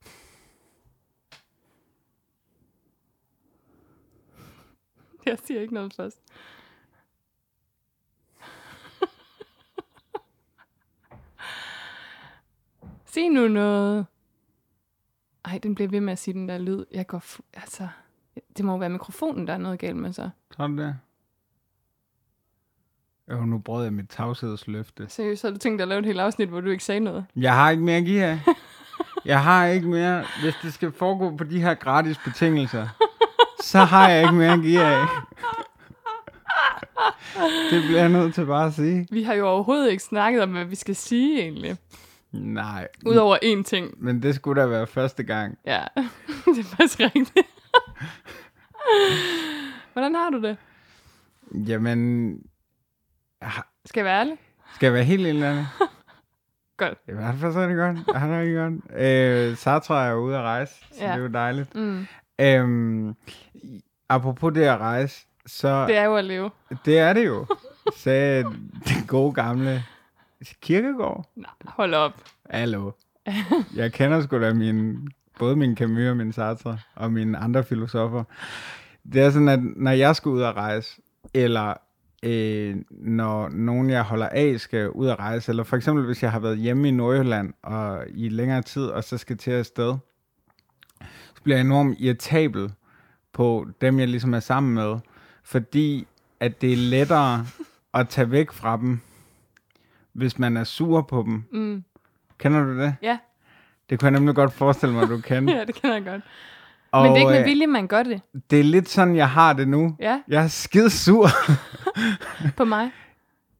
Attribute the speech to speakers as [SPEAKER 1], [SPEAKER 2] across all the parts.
[SPEAKER 1] Jeg siger ikke noget først. Sig nu noget. Ej, den bliver ved med at sige den der lyd. Jeg går... Fu- altså, det må jo være mikrofonen, der er noget galt med så.
[SPEAKER 2] Tror du det? Jo, nu brød jeg mit tavshedsløfte.
[SPEAKER 1] Seriøst, så havde du tænkt dig at lave et helt afsnit, hvor du ikke sagde noget.
[SPEAKER 2] Jeg har ikke mere at give jer. Jeg har ikke mere. Hvis det skal foregå på de her gratis betingelser, så har jeg ikke mere at give jer. Det bliver jeg nødt til bare at sige.
[SPEAKER 1] Vi har jo overhovedet ikke snakket om, hvad vi skal sige egentlig.
[SPEAKER 2] Nej,
[SPEAKER 1] Udover én ting.
[SPEAKER 2] men det skulle da være første gang.
[SPEAKER 1] Ja, det er faktisk rigtigt. Hvordan har du det?
[SPEAKER 2] Jamen,
[SPEAKER 1] Skal jeg være ærlig?
[SPEAKER 2] skal jeg være helt eller andet?
[SPEAKER 1] Godt.
[SPEAKER 2] I hvert fald så er det godt. Han er det godt. Øh, Sartre er ude at rejse, så
[SPEAKER 1] Ja.
[SPEAKER 2] ja. det er jo dejligt.
[SPEAKER 1] Mm.
[SPEAKER 2] Øhm, i- apropos det at rejse, så
[SPEAKER 1] Det er jo at leve.
[SPEAKER 2] det er det jo, sagde den gode gamle kirkegård.
[SPEAKER 1] Nej, hold op.
[SPEAKER 2] Hallo. Jeg kender sgu da min, både min Camus og min Sartre og mine andre filosofer. Det er sådan, at når jeg skal ud og rejse, eller øh, når nogen, jeg holder af, skal ud og rejse, eller for eksempel hvis jeg har været hjemme i Nordjylland og i længere tid, og så skal til afsted, så bliver jeg enormt irritabel på dem, jeg ligesom er sammen med, fordi at det er lettere at tage væk fra dem, hvis man er sur på dem.
[SPEAKER 1] Mm.
[SPEAKER 2] Kender du det?
[SPEAKER 1] Ja.
[SPEAKER 2] Det kunne jeg nemlig godt forestille mig, du kender.
[SPEAKER 1] ja, det kender jeg godt. Men det er ikke med
[SPEAKER 2] øh,
[SPEAKER 1] vilje, man gør det.
[SPEAKER 2] det er lidt sådan, jeg har det nu.
[SPEAKER 1] Ja,
[SPEAKER 2] Jeg er skide sur.
[SPEAKER 1] på mig.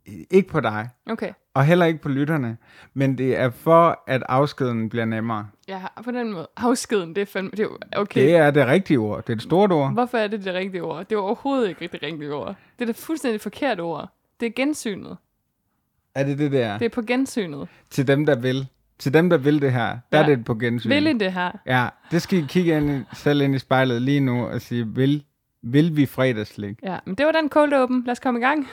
[SPEAKER 2] ikke på dig,
[SPEAKER 1] Okay.
[SPEAKER 2] og heller ikke på lytterne. Men det er for, at afskeden bliver nemmere.
[SPEAKER 1] Jeg har på den måde afskeden, det er fandme... Det er jo, okay.
[SPEAKER 2] Det er det rigtige ord. Det er et stort ord.
[SPEAKER 1] Hvorfor er det det rigtige ord? Det er overhovedet ikke det rigtige ord. Det er det fuldstændig forkerte ord. Det er gensynet.
[SPEAKER 2] Er det det der?
[SPEAKER 1] Det
[SPEAKER 2] Det...
[SPEAKER 1] er på gensynet.
[SPEAKER 2] Til dem, der vil. Til dem, der vil det her, der
[SPEAKER 1] Ja.
[SPEAKER 2] er det på gensyn.
[SPEAKER 1] Vil I det her?
[SPEAKER 2] Ja, det skal I kigge ind i, selv ind i spejlet lige nu og sige, vil, vil vi fredagslik?
[SPEAKER 1] Ja, men det var den cold open. Lad os komme i gang.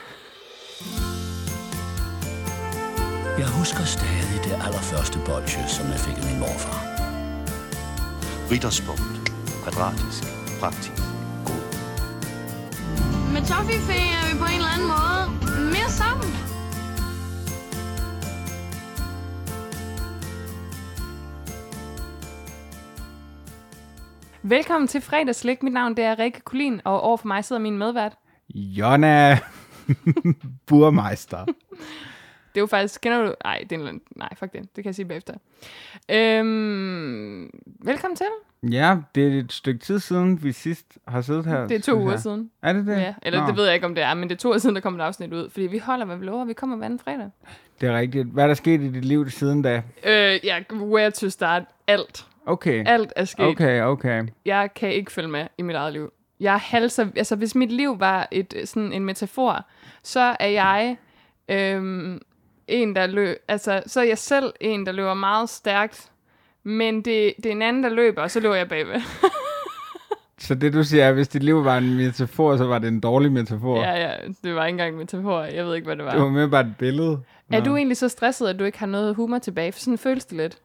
[SPEAKER 3] Jeg husker stadig det allerførste bolsje, som jeg fik af min morfar.
[SPEAKER 4] Ritterspunkt. Kvadratisk. Praktisk. God.
[SPEAKER 5] Med Toffifee er vi på en eller anden måde mere sammen.
[SPEAKER 1] Velkommen til fredagslæg. Mit navn det er Rikke Kulin, og overfor mig sidder min medvært.
[SPEAKER 2] Jonna Burmeister.
[SPEAKER 1] Det er jo faktisk, kender du... Nej, det er en, eller anden- nej, fuck det. Det kan jeg sige bagefter. Øhm, velkommen til.
[SPEAKER 2] Ja, det er et stykke tid siden, vi sidst har siddet her.
[SPEAKER 1] Det er to
[SPEAKER 2] synes
[SPEAKER 1] uger
[SPEAKER 2] jeg.
[SPEAKER 1] siden.
[SPEAKER 2] Er det det?
[SPEAKER 1] Ja, eller
[SPEAKER 2] Nå,
[SPEAKER 1] det ved jeg ikke, om det er, men det er to uger siden, der kom et afsnit ud. Fordi vi holder, hvad vi lover. Vi kommer hver anden fredag.
[SPEAKER 2] Det er rigtigt. Hvad er der sket i dit liv siden da?
[SPEAKER 1] Øh, ja, where to start? Alt.
[SPEAKER 2] Okay.
[SPEAKER 1] Alt er sket.
[SPEAKER 2] Okay, okay.
[SPEAKER 1] jeg kan ikke følge med i mit eget liv. Jeg halser, altså hvis mit liv var et øh, sådan en metafor, så er jeg øhm, en der løb, altså så er jeg selv en der løber meget stærkt, men det, det er en anden der løber, og så løber jeg bagved.
[SPEAKER 2] Så det du siger er, hvis dit liv var en metafor, så var det en dårlig metafor.
[SPEAKER 1] ja, ja, det var ikke engang en metafor. Jeg ved ikke hvad det var.
[SPEAKER 2] Det var mere bare et billede.
[SPEAKER 1] Er du egentlig så stresset, at du ikke har noget humor tilbage? For sådan føles det lidt.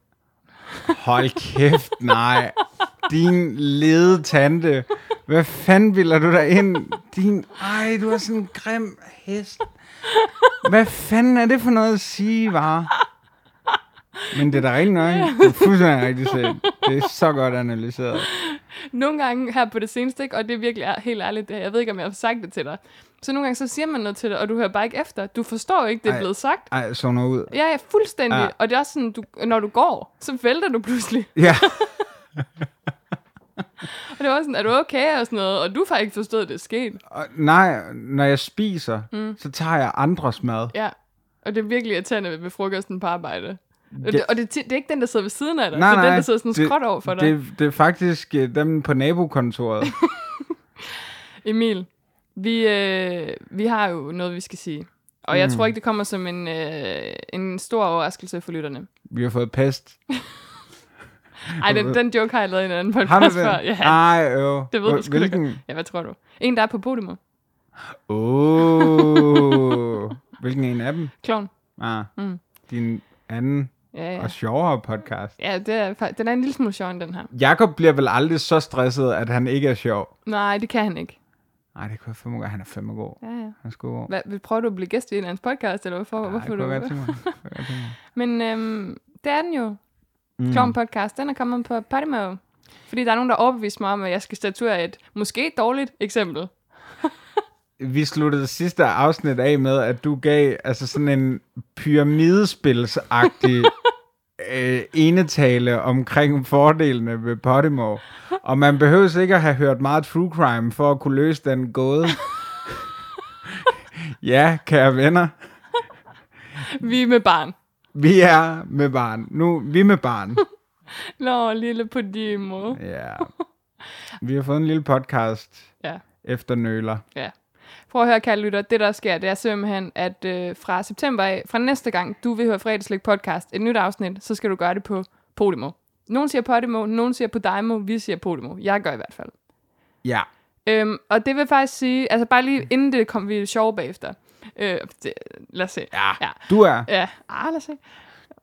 [SPEAKER 2] Hold kæft, nej. Din lede tante. Hvad fanden bilder du der ind? Din... Ej, du er sådan en grim hest. Hvad fanden er det for noget at sige, var? Men det er da rigtig nøje. Det er fuldstændig rigtigt set. Det er så godt analyseret.
[SPEAKER 1] Nogle gange her på det seneste, ikke? og det er virkelig er, helt ærligt, det her. jeg ved ikke, om jeg har sagt det til dig. Så nogle gange så siger man noget til dig, og du hører bare ikke efter. Du forstår ikke, det er
[SPEAKER 2] Ej.
[SPEAKER 1] blevet sagt.
[SPEAKER 2] Ej, zoner ud.
[SPEAKER 1] Ja, ja, fuldstændig. Ja.
[SPEAKER 2] Ja.
[SPEAKER 1] Og det er også sådan, du, når du går, så vælter du pludselig.
[SPEAKER 2] Ja.
[SPEAKER 1] Og det var sådan, er du okay og sådan noget? Og du har ikke forstået, at det er sket.
[SPEAKER 2] Og nej, når jeg spiser, mm. så tager jeg andres mad.
[SPEAKER 1] Ja. Og det er virkelig irriterende ved frokosten på arbejde. Og,
[SPEAKER 2] Ja.
[SPEAKER 1] det, og det, er ti- det er ikke den, der sidder ved siden af dig. det er den, der sidder sådan skråt over for dig. Det...
[SPEAKER 2] Det, det er faktisk øh, dem på nabokontoret.
[SPEAKER 1] Emil, vi, øh, vi har jo noget, vi skal sige. Og jeg tror ikke, det kommer som en, øh, en stor overraskelse for lytterne.
[SPEAKER 2] Vi har fået pest.
[SPEAKER 1] Ej, den, den joke har jeg lavet i en anden podcast
[SPEAKER 2] Har du det?
[SPEAKER 1] før. Ja,
[SPEAKER 2] Ej, øh.
[SPEAKER 1] det ved du sgu da
[SPEAKER 2] Hvilken?
[SPEAKER 1] godt. Ja, hvad tror du? En, der er på Podimo.
[SPEAKER 2] Åh. Hvilken en af dem?
[SPEAKER 1] Klovn.
[SPEAKER 2] Ah,
[SPEAKER 1] Mm.
[SPEAKER 2] Din anden
[SPEAKER 1] Ja, ja.
[SPEAKER 2] og sjovere podcast.
[SPEAKER 1] ja det er, fa- den er en lille smule sjov end den her.
[SPEAKER 2] Jakob bliver vel aldrig så stresset, at han ikke er sjov.
[SPEAKER 1] Nej, det kan han ikke.
[SPEAKER 2] Nej, det kunne jeg fandme godt. Han er fandme god.
[SPEAKER 1] Ja, ja.
[SPEAKER 2] Han er sgu god.
[SPEAKER 1] Hvad, vil- prøver du at blive gæst i en eller anden podcast, eller hvorfor,
[SPEAKER 2] Ej, det
[SPEAKER 1] hvorfor
[SPEAKER 2] kunne
[SPEAKER 1] du...
[SPEAKER 2] jeg godt tænke mig. Det kunne jeg godt tænke mig.
[SPEAKER 1] Men øhm, det er den jo.
[SPEAKER 2] Mm.
[SPEAKER 1] Klovn Podcast, den er kommet på Podimo. Fordi der er nogen, der overbeviste mig om, at jeg skal statuere et måske dårligt eksempel.
[SPEAKER 2] vi sluttede sidste afsnit af med, at du gav altså sådan en pyramidespilsagtig øh, enetale omkring fordelene ved Podimo. Og man behøver ikke at have hørt meget true crime for at kunne løse den gåde. ja, kære venner,
[SPEAKER 1] Vi er med barn.
[SPEAKER 2] vi er med barn. Nu, vi er med barn.
[SPEAKER 1] Nå, lille Podimo.
[SPEAKER 2] Ja. Vi har fået en lille podcast
[SPEAKER 1] Ja.
[SPEAKER 2] efter nøler.
[SPEAKER 1] Ja. Prøv at høre, kære lytter. Det, der sker, det er simpelthen, at øh, fra september af, fra næste gang, du vil høre Fredagslik podcast, et nyt afsnit, så skal du gøre det på Podimo. Nogen siger Podimo, nogen siger Podimo, vi siger Podimo. Jeg gør i hvert fald.
[SPEAKER 2] Ja.
[SPEAKER 1] Øhm, og det vil faktisk sige, altså bare
[SPEAKER 2] Mm.
[SPEAKER 1] lige inden det kom vi er sjove bagefter. Øh, det, lad os se.
[SPEAKER 2] ja.
[SPEAKER 1] Ja.
[SPEAKER 2] Du er.
[SPEAKER 1] Ja, ah, lad os se.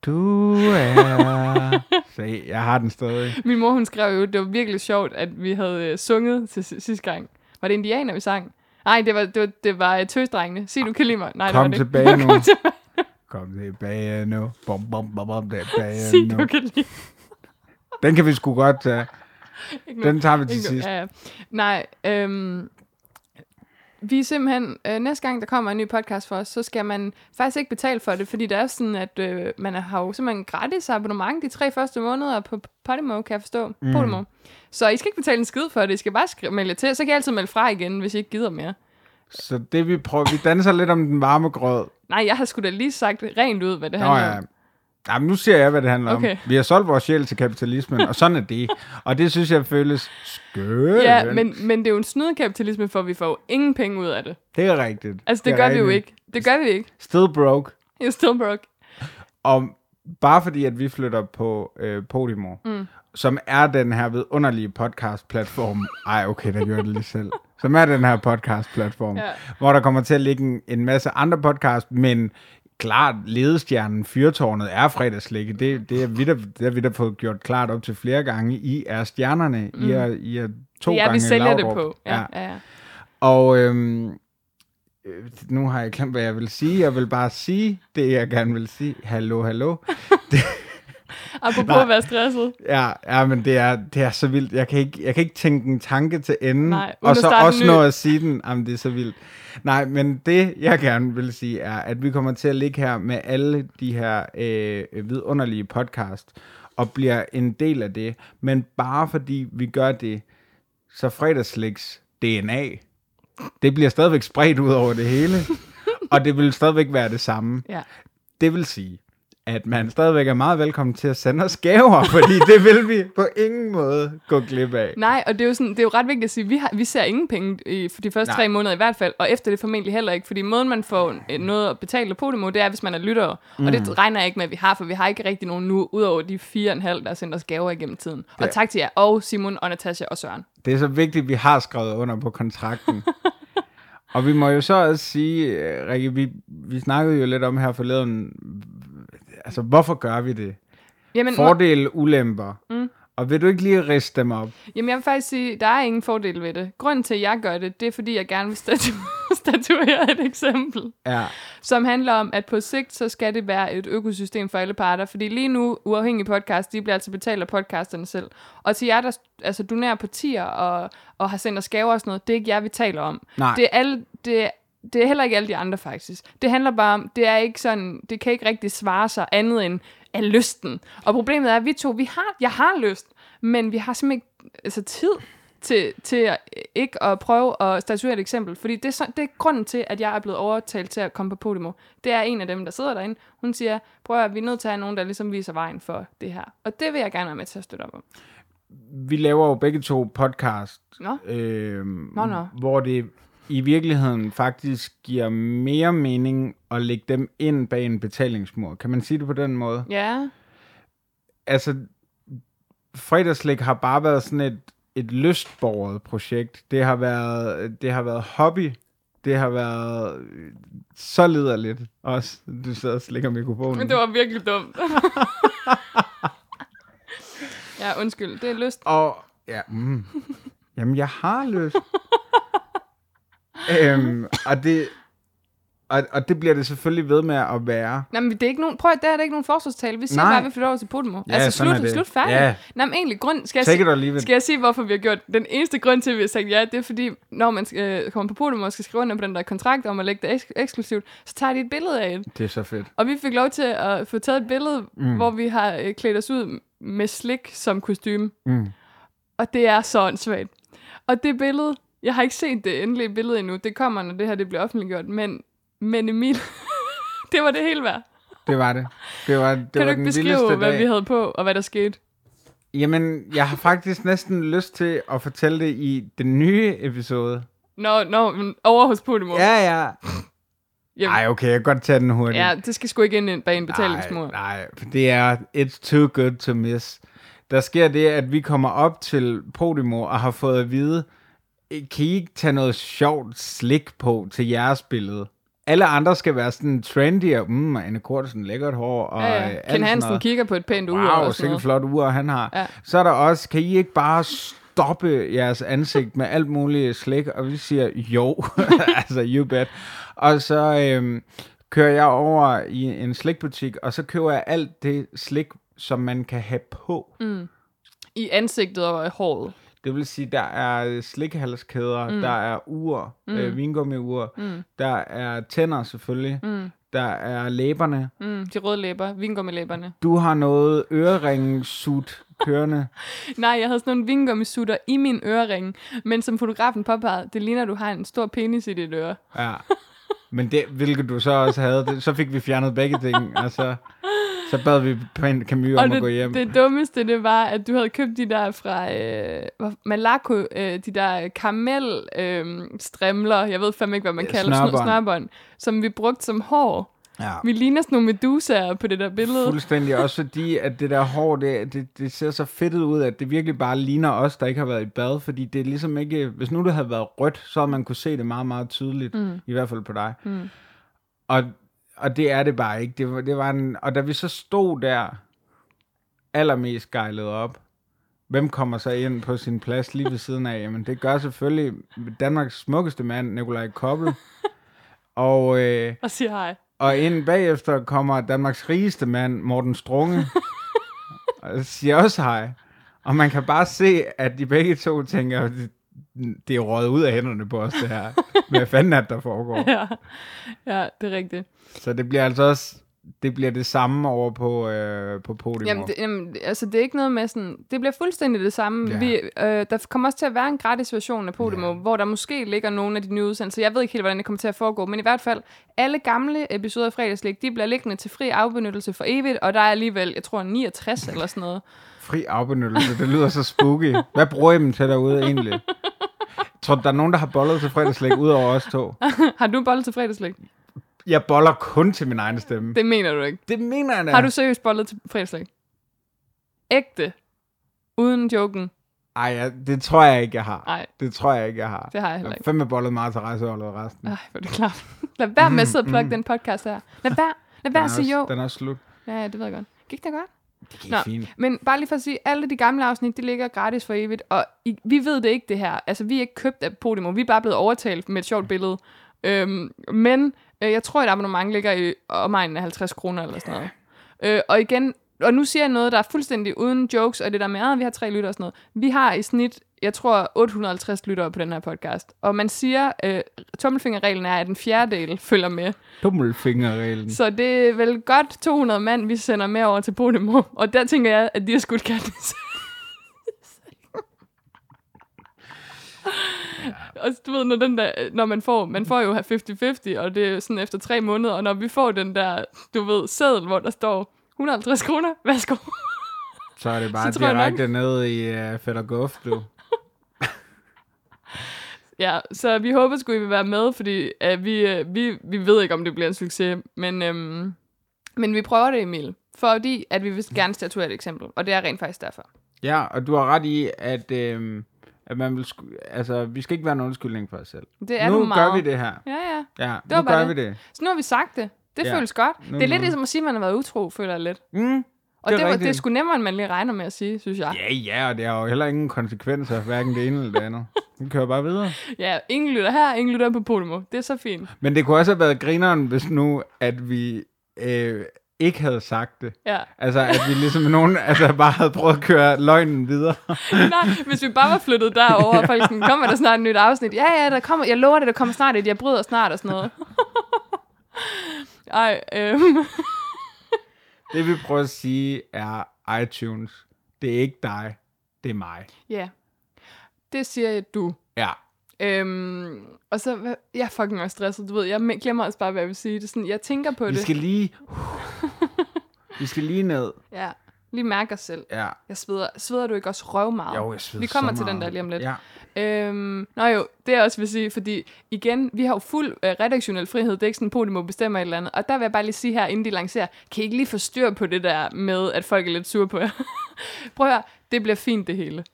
[SPEAKER 2] Du er... Se, jeg har den stadig.
[SPEAKER 1] Min mor, hun skrev jo, det var virkelig sjovt, at vi havde øh, sunget til si- sidste gang. Var det indianer, vi sang? Nej, det var, det var, det var øh, tøsdrengene. Sig, du kan lide mig. Nej, det var
[SPEAKER 2] Kom
[SPEAKER 1] det. ikke.
[SPEAKER 2] tilbage nu.
[SPEAKER 1] Kom tilbage.
[SPEAKER 2] Kom tilbage nu. Bom, bom, bom, bom, tilbage
[SPEAKER 1] Sig,
[SPEAKER 2] nu.
[SPEAKER 1] du kan lide
[SPEAKER 2] Den kan vi sgu godt tage.
[SPEAKER 1] Ikke nu.
[SPEAKER 2] Den tager vi til
[SPEAKER 1] Ikke nu.
[SPEAKER 2] sidst.
[SPEAKER 1] Ja, ja. Nej, øhm, vi er simpelthen, øh, næste gang der kommer en ny podcast for os, så skal man faktisk ikke betale for det, fordi det er sådan, at øh, man har jo simpelthen gratis abonnement de tre første måneder på Podimo, kan jeg forstå. Mm. Podimo. Så I skal ikke betale en skid for det, I skal bare skri- melde jer til, så kan I altid melde fra igen, hvis I ikke gider mere.
[SPEAKER 2] Så det vi prøver, vi danser lidt om den varme grød.
[SPEAKER 1] Nej, jeg har sgu da lige sagt rent ud, hvad det
[SPEAKER 2] Nå
[SPEAKER 1] handler
[SPEAKER 2] ja.
[SPEAKER 1] om.
[SPEAKER 2] Jamen, nu siger jeg, hvad det handler
[SPEAKER 1] Okay.
[SPEAKER 2] om. Vi har solgt vores sjæl til kapitalismen, og sådan er det. Og det synes jeg føles skønt.
[SPEAKER 1] Ja, men, men det er jo en snydekapitalisme, for vi får jo ingen penge ud af det.
[SPEAKER 2] Det er rigtigt.
[SPEAKER 1] Altså, det,
[SPEAKER 2] er
[SPEAKER 1] det gør vi jo
[SPEAKER 2] rigtigt.
[SPEAKER 1] ikke. Det gør vi ikke.
[SPEAKER 2] Still broke.
[SPEAKER 1] Jeg er still broke.
[SPEAKER 2] Og bare fordi, at vi flytter på øh, Podimo, mm. som er den her vidunderlige podcast-platform. Ej, okay, der gjorde jeg det lige selv. Som er den her podcast-platform,
[SPEAKER 1] Ja.
[SPEAKER 2] ja. hvor der kommer til at ligge en, en masse andre podcast, men klart, ledestjernen, fyrtårnet er fredagslægge. Det, det, er vi da, det har vi da fået gjort klart op til flere gange. I er stjernerne. Mm. I, er, I er to
[SPEAKER 1] Det er,
[SPEAKER 2] gange
[SPEAKER 1] vi sælger
[SPEAKER 2] Laudrup.
[SPEAKER 1] det på. Ja, ja, ja.
[SPEAKER 2] Og øhm, øh, nu har jeg glemt, hvad jeg vil sige. Jeg vil bare sige det, jeg gerne vil sige. Hallo, hallo.
[SPEAKER 1] Apropos
[SPEAKER 2] Nej.
[SPEAKER 1] at være stresset.
[SPEAKER 2] Ja, ja men det er, det er så vildt. Jeg kan, ikke, jeg kan ikke tænke en tanke til enden,
[SPEAKER 1] Nej, uden
[SPEAKER 2] og
[SPEAKER 1] at
[SPEAKER 2] så
[SPEAKER 1] starte en
[SPEAKER 2] også
[SPEAKER 1] ny.
[SPEAKER 2] nå at sige den. Jamen, det er så vildt. Nej, men det, jeg gerne vil sige, er, at vi kommer til at ligge her med alle de her øh, vidunderlige podcast, og bliver en del af det. Men bare fordi vi gør det, så fredagsliks DNA, det bliver stadigvæk spredt ud over det hele, og det vil stadigvæk være det samme.
[SPEAKER 1] Ja.
[SPEAKER 2] Det vil sige, at man stadigvæk er meget velkommen til at sende os gaver, fordi det vil vi på ingen måde gå glip af.
[SPEAKER 1] Nej, og det er jo, sådan, det er jo ret vigtigt at sige, at vi, har, vi ser ingen penge i, for de første Nej.
[SPEAKER 2] Nej.
[SPEAKER 1] tre måneder i hvert fald, og efter det formentlig heller ikke, fordi måden, man får øh, noget at betale på det det er, hvis man er lytter. Mm. Og det regner jeg ikke med, at vi har, for vi har ikke rigtig nogen nu, udover de fire og en halv, der har sendt os gaver igennem tiden. Ja. Og tak til jer, og Simon, og Natasha og Søren.
[SPEAKER 2] Det er så vigtigt, at vi har skrevet under på kontrakten. og vi må jo så også sige, øh, Rikke, vi, vi snakkede jo lidt om her forleden, altså hvorfor gør vi det?
[SPEAKER 1] Jamen, må-
[SPEAKER 2] Fordele, ulemper. Mm. Og vil du ikke lige riste dem op?
[SPEAKER 1] Jamen, jeg vil faktisk sige, der er ingen fordel ved det. Grunden til, at jeg gør det, det er, fordi jeg gerne vil statu- statuere et eksempel.
[SPEAKER 2] Ja,
[SPEAKER 1] som handler om, at på sigt, så skal det være et økosystem for alle parter, fordi lige nu, uafhængige podcast, de bliver altså betalt af podcasterne selv. Og til jer, der altså, donerer på tier og, og har sendt os gaver og sådan noget, det er ikke jer, vi taler om.
[SPEAKER 2] Nej.
[SPEAKER 1] Det er, alle, det, det er heller ikke alle de andre, faktisk. Det handler bare om, det er ikke sådan, det kan ikke rigtig svare sig andet end af lysten. Og problemet er, at vi to, vi har, jeg har lyst, men vi har simpelthen ikke altså, tid til, til at, ikke at prøve at statuere et eksempel. Fordi det er, så, det er grunden til, at jeg er blevet overtalt til at komme på Podimo. Det er en af dem, der sidder derinde. Hun siger, prøv at høre, vi er nødt til at have nogen, der ligesom viser vejen for det her. Og det vil jeg gerne være med til at støtte op om.
[SPEAKER 2] vi laver jo begge to podcast,
[SPEAKER 1] Nå,
[SPEAKER 2] øh,
[SPEAKER 1] Nå, nå.
[SPEAKER 2] hvor det i virkeligheden faktisk giver mere mening at lægge dem ind bag en betalingsmur. Kan man sige det på den måde?
[SPEAKER 1] ja.
[SPEAKER 2] altså, fredagslæg har bare været sådan et, et lystborget projekt. Det har været, det har været hobby. Det har været øh, så lederligt også. Du sidder og slikker mikrofonen.
[SPEAKER 1] Men det var virkelig dumt. ja, undskyld. Det er lyst.
[SPEAKER 2] Og ja, mm. Jamen, jeg har lyst. øhm, og, det, og, og det bliver det selvfølgelig ved med at være.
[SPEAKER 1] Nå, men det er ikke nogen, prøv at- der er der ikke nogen forsvarstale. Vi siger
[SPEAKER 2] Nej.
[SPEAKER 1] bare, at vi flytter over til Podimo.
[SPEAKER 2] Ja,
[SPEAKER 1] altså,
[SPEAKER 2] sådan
[SPEAKER 1] slut,
[SPEAKER 2] er det.
[SPEAKER 1] slut færdig.
[SPEAKER 2] Ja.
[SPEAKER 1] Nå, men egentlig, grund, skal jeg,
[SPEAKER 2] Take it
[SPEAKER 1] sige,
[SPEAKER 2] or leave it.
[SPEAKER 1] skal jeg sige, hvorfor vi har gjort det? Den eneste grund til, at vi har sagt ja, det er fordi, når man øh, kommer på Podimo og skal skrive under på den der kontrakt om at lægge det eks- eksklusivt, så tager de et billede af det.
[SPEAKER 2] Det er så fedt.
[SPEAKER 1] Og vi fik lov til at få taget et billede, mm. hvor vi har øh, klædt os ud med slik som kostume.
[SPEAKER 2] Mm.
[SPEAKER 1] Og det er så åndssvagt. Og det billede, jeg har ikke set det endelige billede endnu, det kommer, når det her det bliver offentliggjort, men, men Emil, det var det hele værd.
[SPEAKER 2] Det var det. Det var, det
[SPEAKER 1] kan
[SPEAKER 2] var
[SPEAKER 1] du ikke
[SPEAKER 2] den vildeste
[SPEAKER 1] beskrive, hvad
[SPEAKER 2] dag.
[SPEAKER 1] vi havde på, og hvad der skete?
[SPEAKER 2] Jamen, jeg har faktisk næsten lyst til at fortælle det i den nye episode.
[SPEAKER 1] Nå, nå, men over hos Podimo.
[SPEAKER 2] Ja, ja.
[SPEAKER 1] Jamen,
[SPEAKER 2] Nej, okay, jeg kan godt tage den hurtigt.
[SPEAKER 1] ja, det skal sgu ikke ind i- bag en betalingsmur.
[SPEAKER 2] Nej, nej, for det er it's too good to miss. Der sker det, at vi kommer op til Podimo og har fået at vide, "I- kan I ikke tage noget sjovt slik på til jeres billede? Alle andre skal være sådan trendy, og mm, Anne Kortsen, lækkert hår, og
[SPEAKER 1] Ja,
[SPEAKER 2] øh, alt
[SPEAKER 1] ja.
[SPEAKER 2] sådan
[SPEAKER 1] Ken Hansen
[SPEAKER 2] noget.
[SPEAKER 1] kigger på et pænt ur
[SPEAKER 2] Wow,
[SPEAKER 1] og sådan
[SPEAKER 2] sikkert
[SPEAKER 1] noget.
[SPEAKER 2] flot ur, han har.
[SPEAKER 1] Ja.
[SPEAKER 2] Ja. Så er der også, kan I ikke bare stoppe jeres ansigt med alt muligt slik? Og vi siger, jo, altså you bet. Og så øhm, kører jeg over i en slikbutik, og så køber jeg alt det slik, som man kan have på. Mm.
[SPEAKER 1] I ansigtet og i håret.
[SPEAKER 2] Det vil sige, der er slikhalskæder, mm. der er ur, mm. øh, vingummiur, mm. der er tænder selvfølgelig, mm. der er læberne.
[SPEAKER 1] Mm, de røde læber, vingummilæberne.
[SPEAKER 2] Du har noget øreringsut kørende.
[SPEAKER 1] Nej, jeg havde sådan nogle vingummisutter i min ørering, men som fotografen påpegede, det ligner, at du har en stor penis i dit øre.
[SPEAKER 2] Ja. Men det, hvilket du så også havde, det, så fik vi fjernet begge ting, og så, så bad vi pænt Camus om
[SPEAKER 1] Og
[SPEAKER 2] at gå hjem.
[SPEAKER 1] det, det dummeste, det var, at du havde købt de der fra øh, hvor- Malaco, øh, de der karamel øh, stremler, jeg ved fandme ikke, hvad man
[SPEAKER 2] Ja,
[SPEAKER 1] kalder snørbånd.
[SPEAKER 2] snørebånd.
[SPEAKER 1] snørbånd, som vi brugte som hår.
[SPEAKER 2] ja.
[SPEAKER 1] Vi ligner sådan nogle medusaer på det der billede.
[SPEAKER 2] Fuldstændig, også fordi, at det der hår, det, det, det ser så fedtet ud, at det virkelig bare ligner os, der ikke har været i bad, fordi det er ligesom ikke, hvis nu det havde været rødt, så havde man kunne se det meget, meget tydeligt, mm. i hvert fald på dig. Mm. Og, og det er det bare ikke. Det, var- det var en, og da vi så stod der, allermest gejlet op, hvem kommer så ind på sin plads lige ved siden af? Jamen, det gør selvfølgelig Danmarks smukkeste mand, Nikolaj Koppel. Og øh,
[SPEAKER 1] Og siger hej.
[SPEAKER 2] og ind bagefter kommer Danmarks rigeste mand, Morten Strunge, og siger også hej. Og man kan bare se, at de begge to tænker, "Det- det er røget ud af hænderne på os, det her. Hvad fanden er det, der foregår?
[SPEAKER 1] Ja. ja, det er rigtigt.
[SPEAKER 2] Så det bliver altså også det, bliver det samme over på, øh, på podium.
[SPEAKER 1] Jamen, det, jamen, altså, det er ikke noget med sådan... Det bliver fuldstændig det samme.
[SPEAKER 2] Ja.
[SPEAKER 1] Vi, øh, der kommer også til at være en gratis version af Podimo, hvor der måske ligger nogle af de nye udsendelser. Jeg ved ikke helt, hvordan det kommer til at foregå, men i hvert fald, alle gamle episoder af Fredagslæg, de bliver liggende til fri afbenyttelse for evigt, og der er alligevel, jeg tror, 69 eller sådan noget.
[SPEAKER 2] Fri afbenyttelse, det lyder så spooky. Hvad bruger I dem til derude egentlig? Tror du, der er nogen, der har bollet til fredagslæg ud over os to?
[SPEAKER 1] Har du bollet til Fredagslæg?
[SPEAKER 2] Mm. Jeg boller kun til min egen stemme. Det,
[SPEAKER 1] Det mener du ikke.
[SPEAKER 2] det mener jeg da.
[SPEAKER 1] Har du seriøst bollet til Fredagslæg? Ægte. Uden joken.
[SPEAKER 2] Ej, jeg, det tror jeg ikke, jeg har.
[SPEAKER 1] Nej.
[SPEAKER 2] Det tror jeg ikke, jeg har.
[SPEAKER 1] Det har jeg heller ikke.
[SPEAKER 2] Jeg har fandme bollet meget til rejse og resten.
[SPEAKER 1] Ej, hvor er det klart. Lad være med at sidde og plukke den podcast her. Lad være. Lad være at sige jo.
[SPEAKER 2] Mm. Den er også slut.
[SPEAKER 1] Ja, ja, det ved jeg godt. Gik det godt?
[SPEAKER 2] Det
[SPEAKER 1] Nå,
[SPEAKER 2] er fint.
[SPEAKER 1] men bare lige for at sige, alle de gamle afsnit, de ligger gratis for evigt, og I, vi ved det ikke, det her. Altså, vi er ikke købt af Podimo, vi er bare blevet overtalt med et sjovt billede. Øhm, men øh, jeg tror, et abonnement ligger i omegnen af 50 kroner eller sådan noget. Øh, og igen, og nu siger jeg noget, der er fuldstændig uden jokes, og det der med, at vi har tre lytter og sådan noget. Vi har i snit, jeg tror, 850 lyttere på den her podcast. Og man siger, øh, tommelfingerreglen er, at en fjerdedel følger med.
[SPEAKER 2] Tummelfingerreglen.
[SPEAKER 1] Mm. Så det er vel godt 200 mand, vi sender med over til Podimo. Og der tænker jeg, at de har skudt katten. i sækken. og du ved, når, den der, når man får, man får jo 50-50, og det er sådan efter tre måneder, og når vi får den der, du ved, sædel, hvor der står 150 kroner, værsgo.
[SPEAKER 2] Så er det bare
[SPEAKER 1] så tror jeg nok-
[SPEAKER 2] direkte ned i uh, fedt og guf, du.
[SPEAKER 1] Ja, så vi håber sgu, I vil være med, fordi uh, vi, uh, vi, vi ved ikke, om det bliver en succes, men, øhm, men vi prøver det, Emil. Fordi at vi vil gerne statuere et eksempel, og det er rent faktisk derfor.
[SPEAKER 2] Ja, og du har ret i, at, øhm, at man vil sku- altså, vi skal ikke være en undskyldning for os selv.
[SPEAKER 1] Det er
[SPEAKER 2] nu
[SPEAKER 1] du meget.
[SPEAKER 2] gør vi det her.
[SPEAKER 1] Ja, ja.
[SPEAKER 2] Ja,
[SPEAKER 1] var
[SPEAKER 2] nu
[SPEAKER 1] bare
[SPEAKER 2] gør
[SPEAKER 1] det.
[SPEAKER 2] vi det.
[SPEAKER 1] Så nu har vi sagt det. Det
[SPEAKER 2] Ja.
[SPEAKER 1] ja. føles godt.
[SPEAKER 2] Nu-
[SPEAKER 1] det er lidt
[SPEAKER 2] nu-
[SPEAKER 1] ligesom at sige, at man har været utro, føler jeg lidt.
[SPEAKER 2] Mm.
[SPEAKER 1] Og
[SPEAKER 2] Det
[SPEAKER 1] det,
[SPEAKER 2] er
[SPEAKER 1] det, var,
[SPEAKER 2] rigtigt.
[SPEAKER 1] det er sgu nemmere, end man lige regner med at sige, synes jeg.
[SPEAKER 2] Ja, ja, og det har jo heller ingen konsekvenser, hverken det ene eller det andet. Den kører bare videre.
[SPEAKER 1] Ja, ingen lytter her, ingen lytter på Podimo. Det er så fint.
[SPEAKER 2] Men det kunne også have været grineren, hvis nu, at vi øh, ikke havde sagt det.
[SPEAKER 1] Ja.
[SPEAKER 2] Altså, at vi ligesom nogen altså, bare havde prøvet at køre løgnen videre.
[SPEAKER 1] Nej, hvis vi bare var flyttet derover, og folk sådan, kommer der snart et nyt afsnit? Ja, ja, der kommer, jeg lover det, der kommer snart et, jeg bryder snart og sådan noget. Ej, øhm,
[SPEAKER 2] Det vi prøver at sige er iTunes. Det er ikke dig, det er mig.
[SPEAKER 1] ja. Det siger jeg, du.
[SPEAKER 2] Ja.
[SPEAKER 1] Øhm, og så, hvad- jeg er fucking også stresset, du ved, jeg me- glemmer også bare, hvad jeg vil sige. Det er sådan, jeg tænker på
[SPEAKER 2] Vi
[SPEAKER 1] det.
[SPEAKER 2] skal lige... Vi skal lige ned.
[SPEAKER 1] Ja, lige mærke os selv.
[SPEAKER 2] Ja.
[SPEAKER 1] Jeg sveder, sveder du ikke også røv meget?
[SPEAKER 2] Jo, jeg sveder
[SPEAKER 1] Vi kommer
[SPEAKER 2] så
[SPEAKER 1] til den
[SPEAKER 2] meget.
[SPEAKER 1] der lige om lidt.
[SPEAKER 2] Ja.
[SPEAKER 1] Øhm, nå jo, det jeg også vil sige, fordi igen, vi har jo fuld øh, redaktionel frihed, det er ikke sådan, at må bestemme et eller andet, og der vil jeg bare lige sige her, inden de lancerer, kan I ikke lige få styr på det der med, at folk er lidt sure på jer? Prøv at høre, det bliver fint det hele.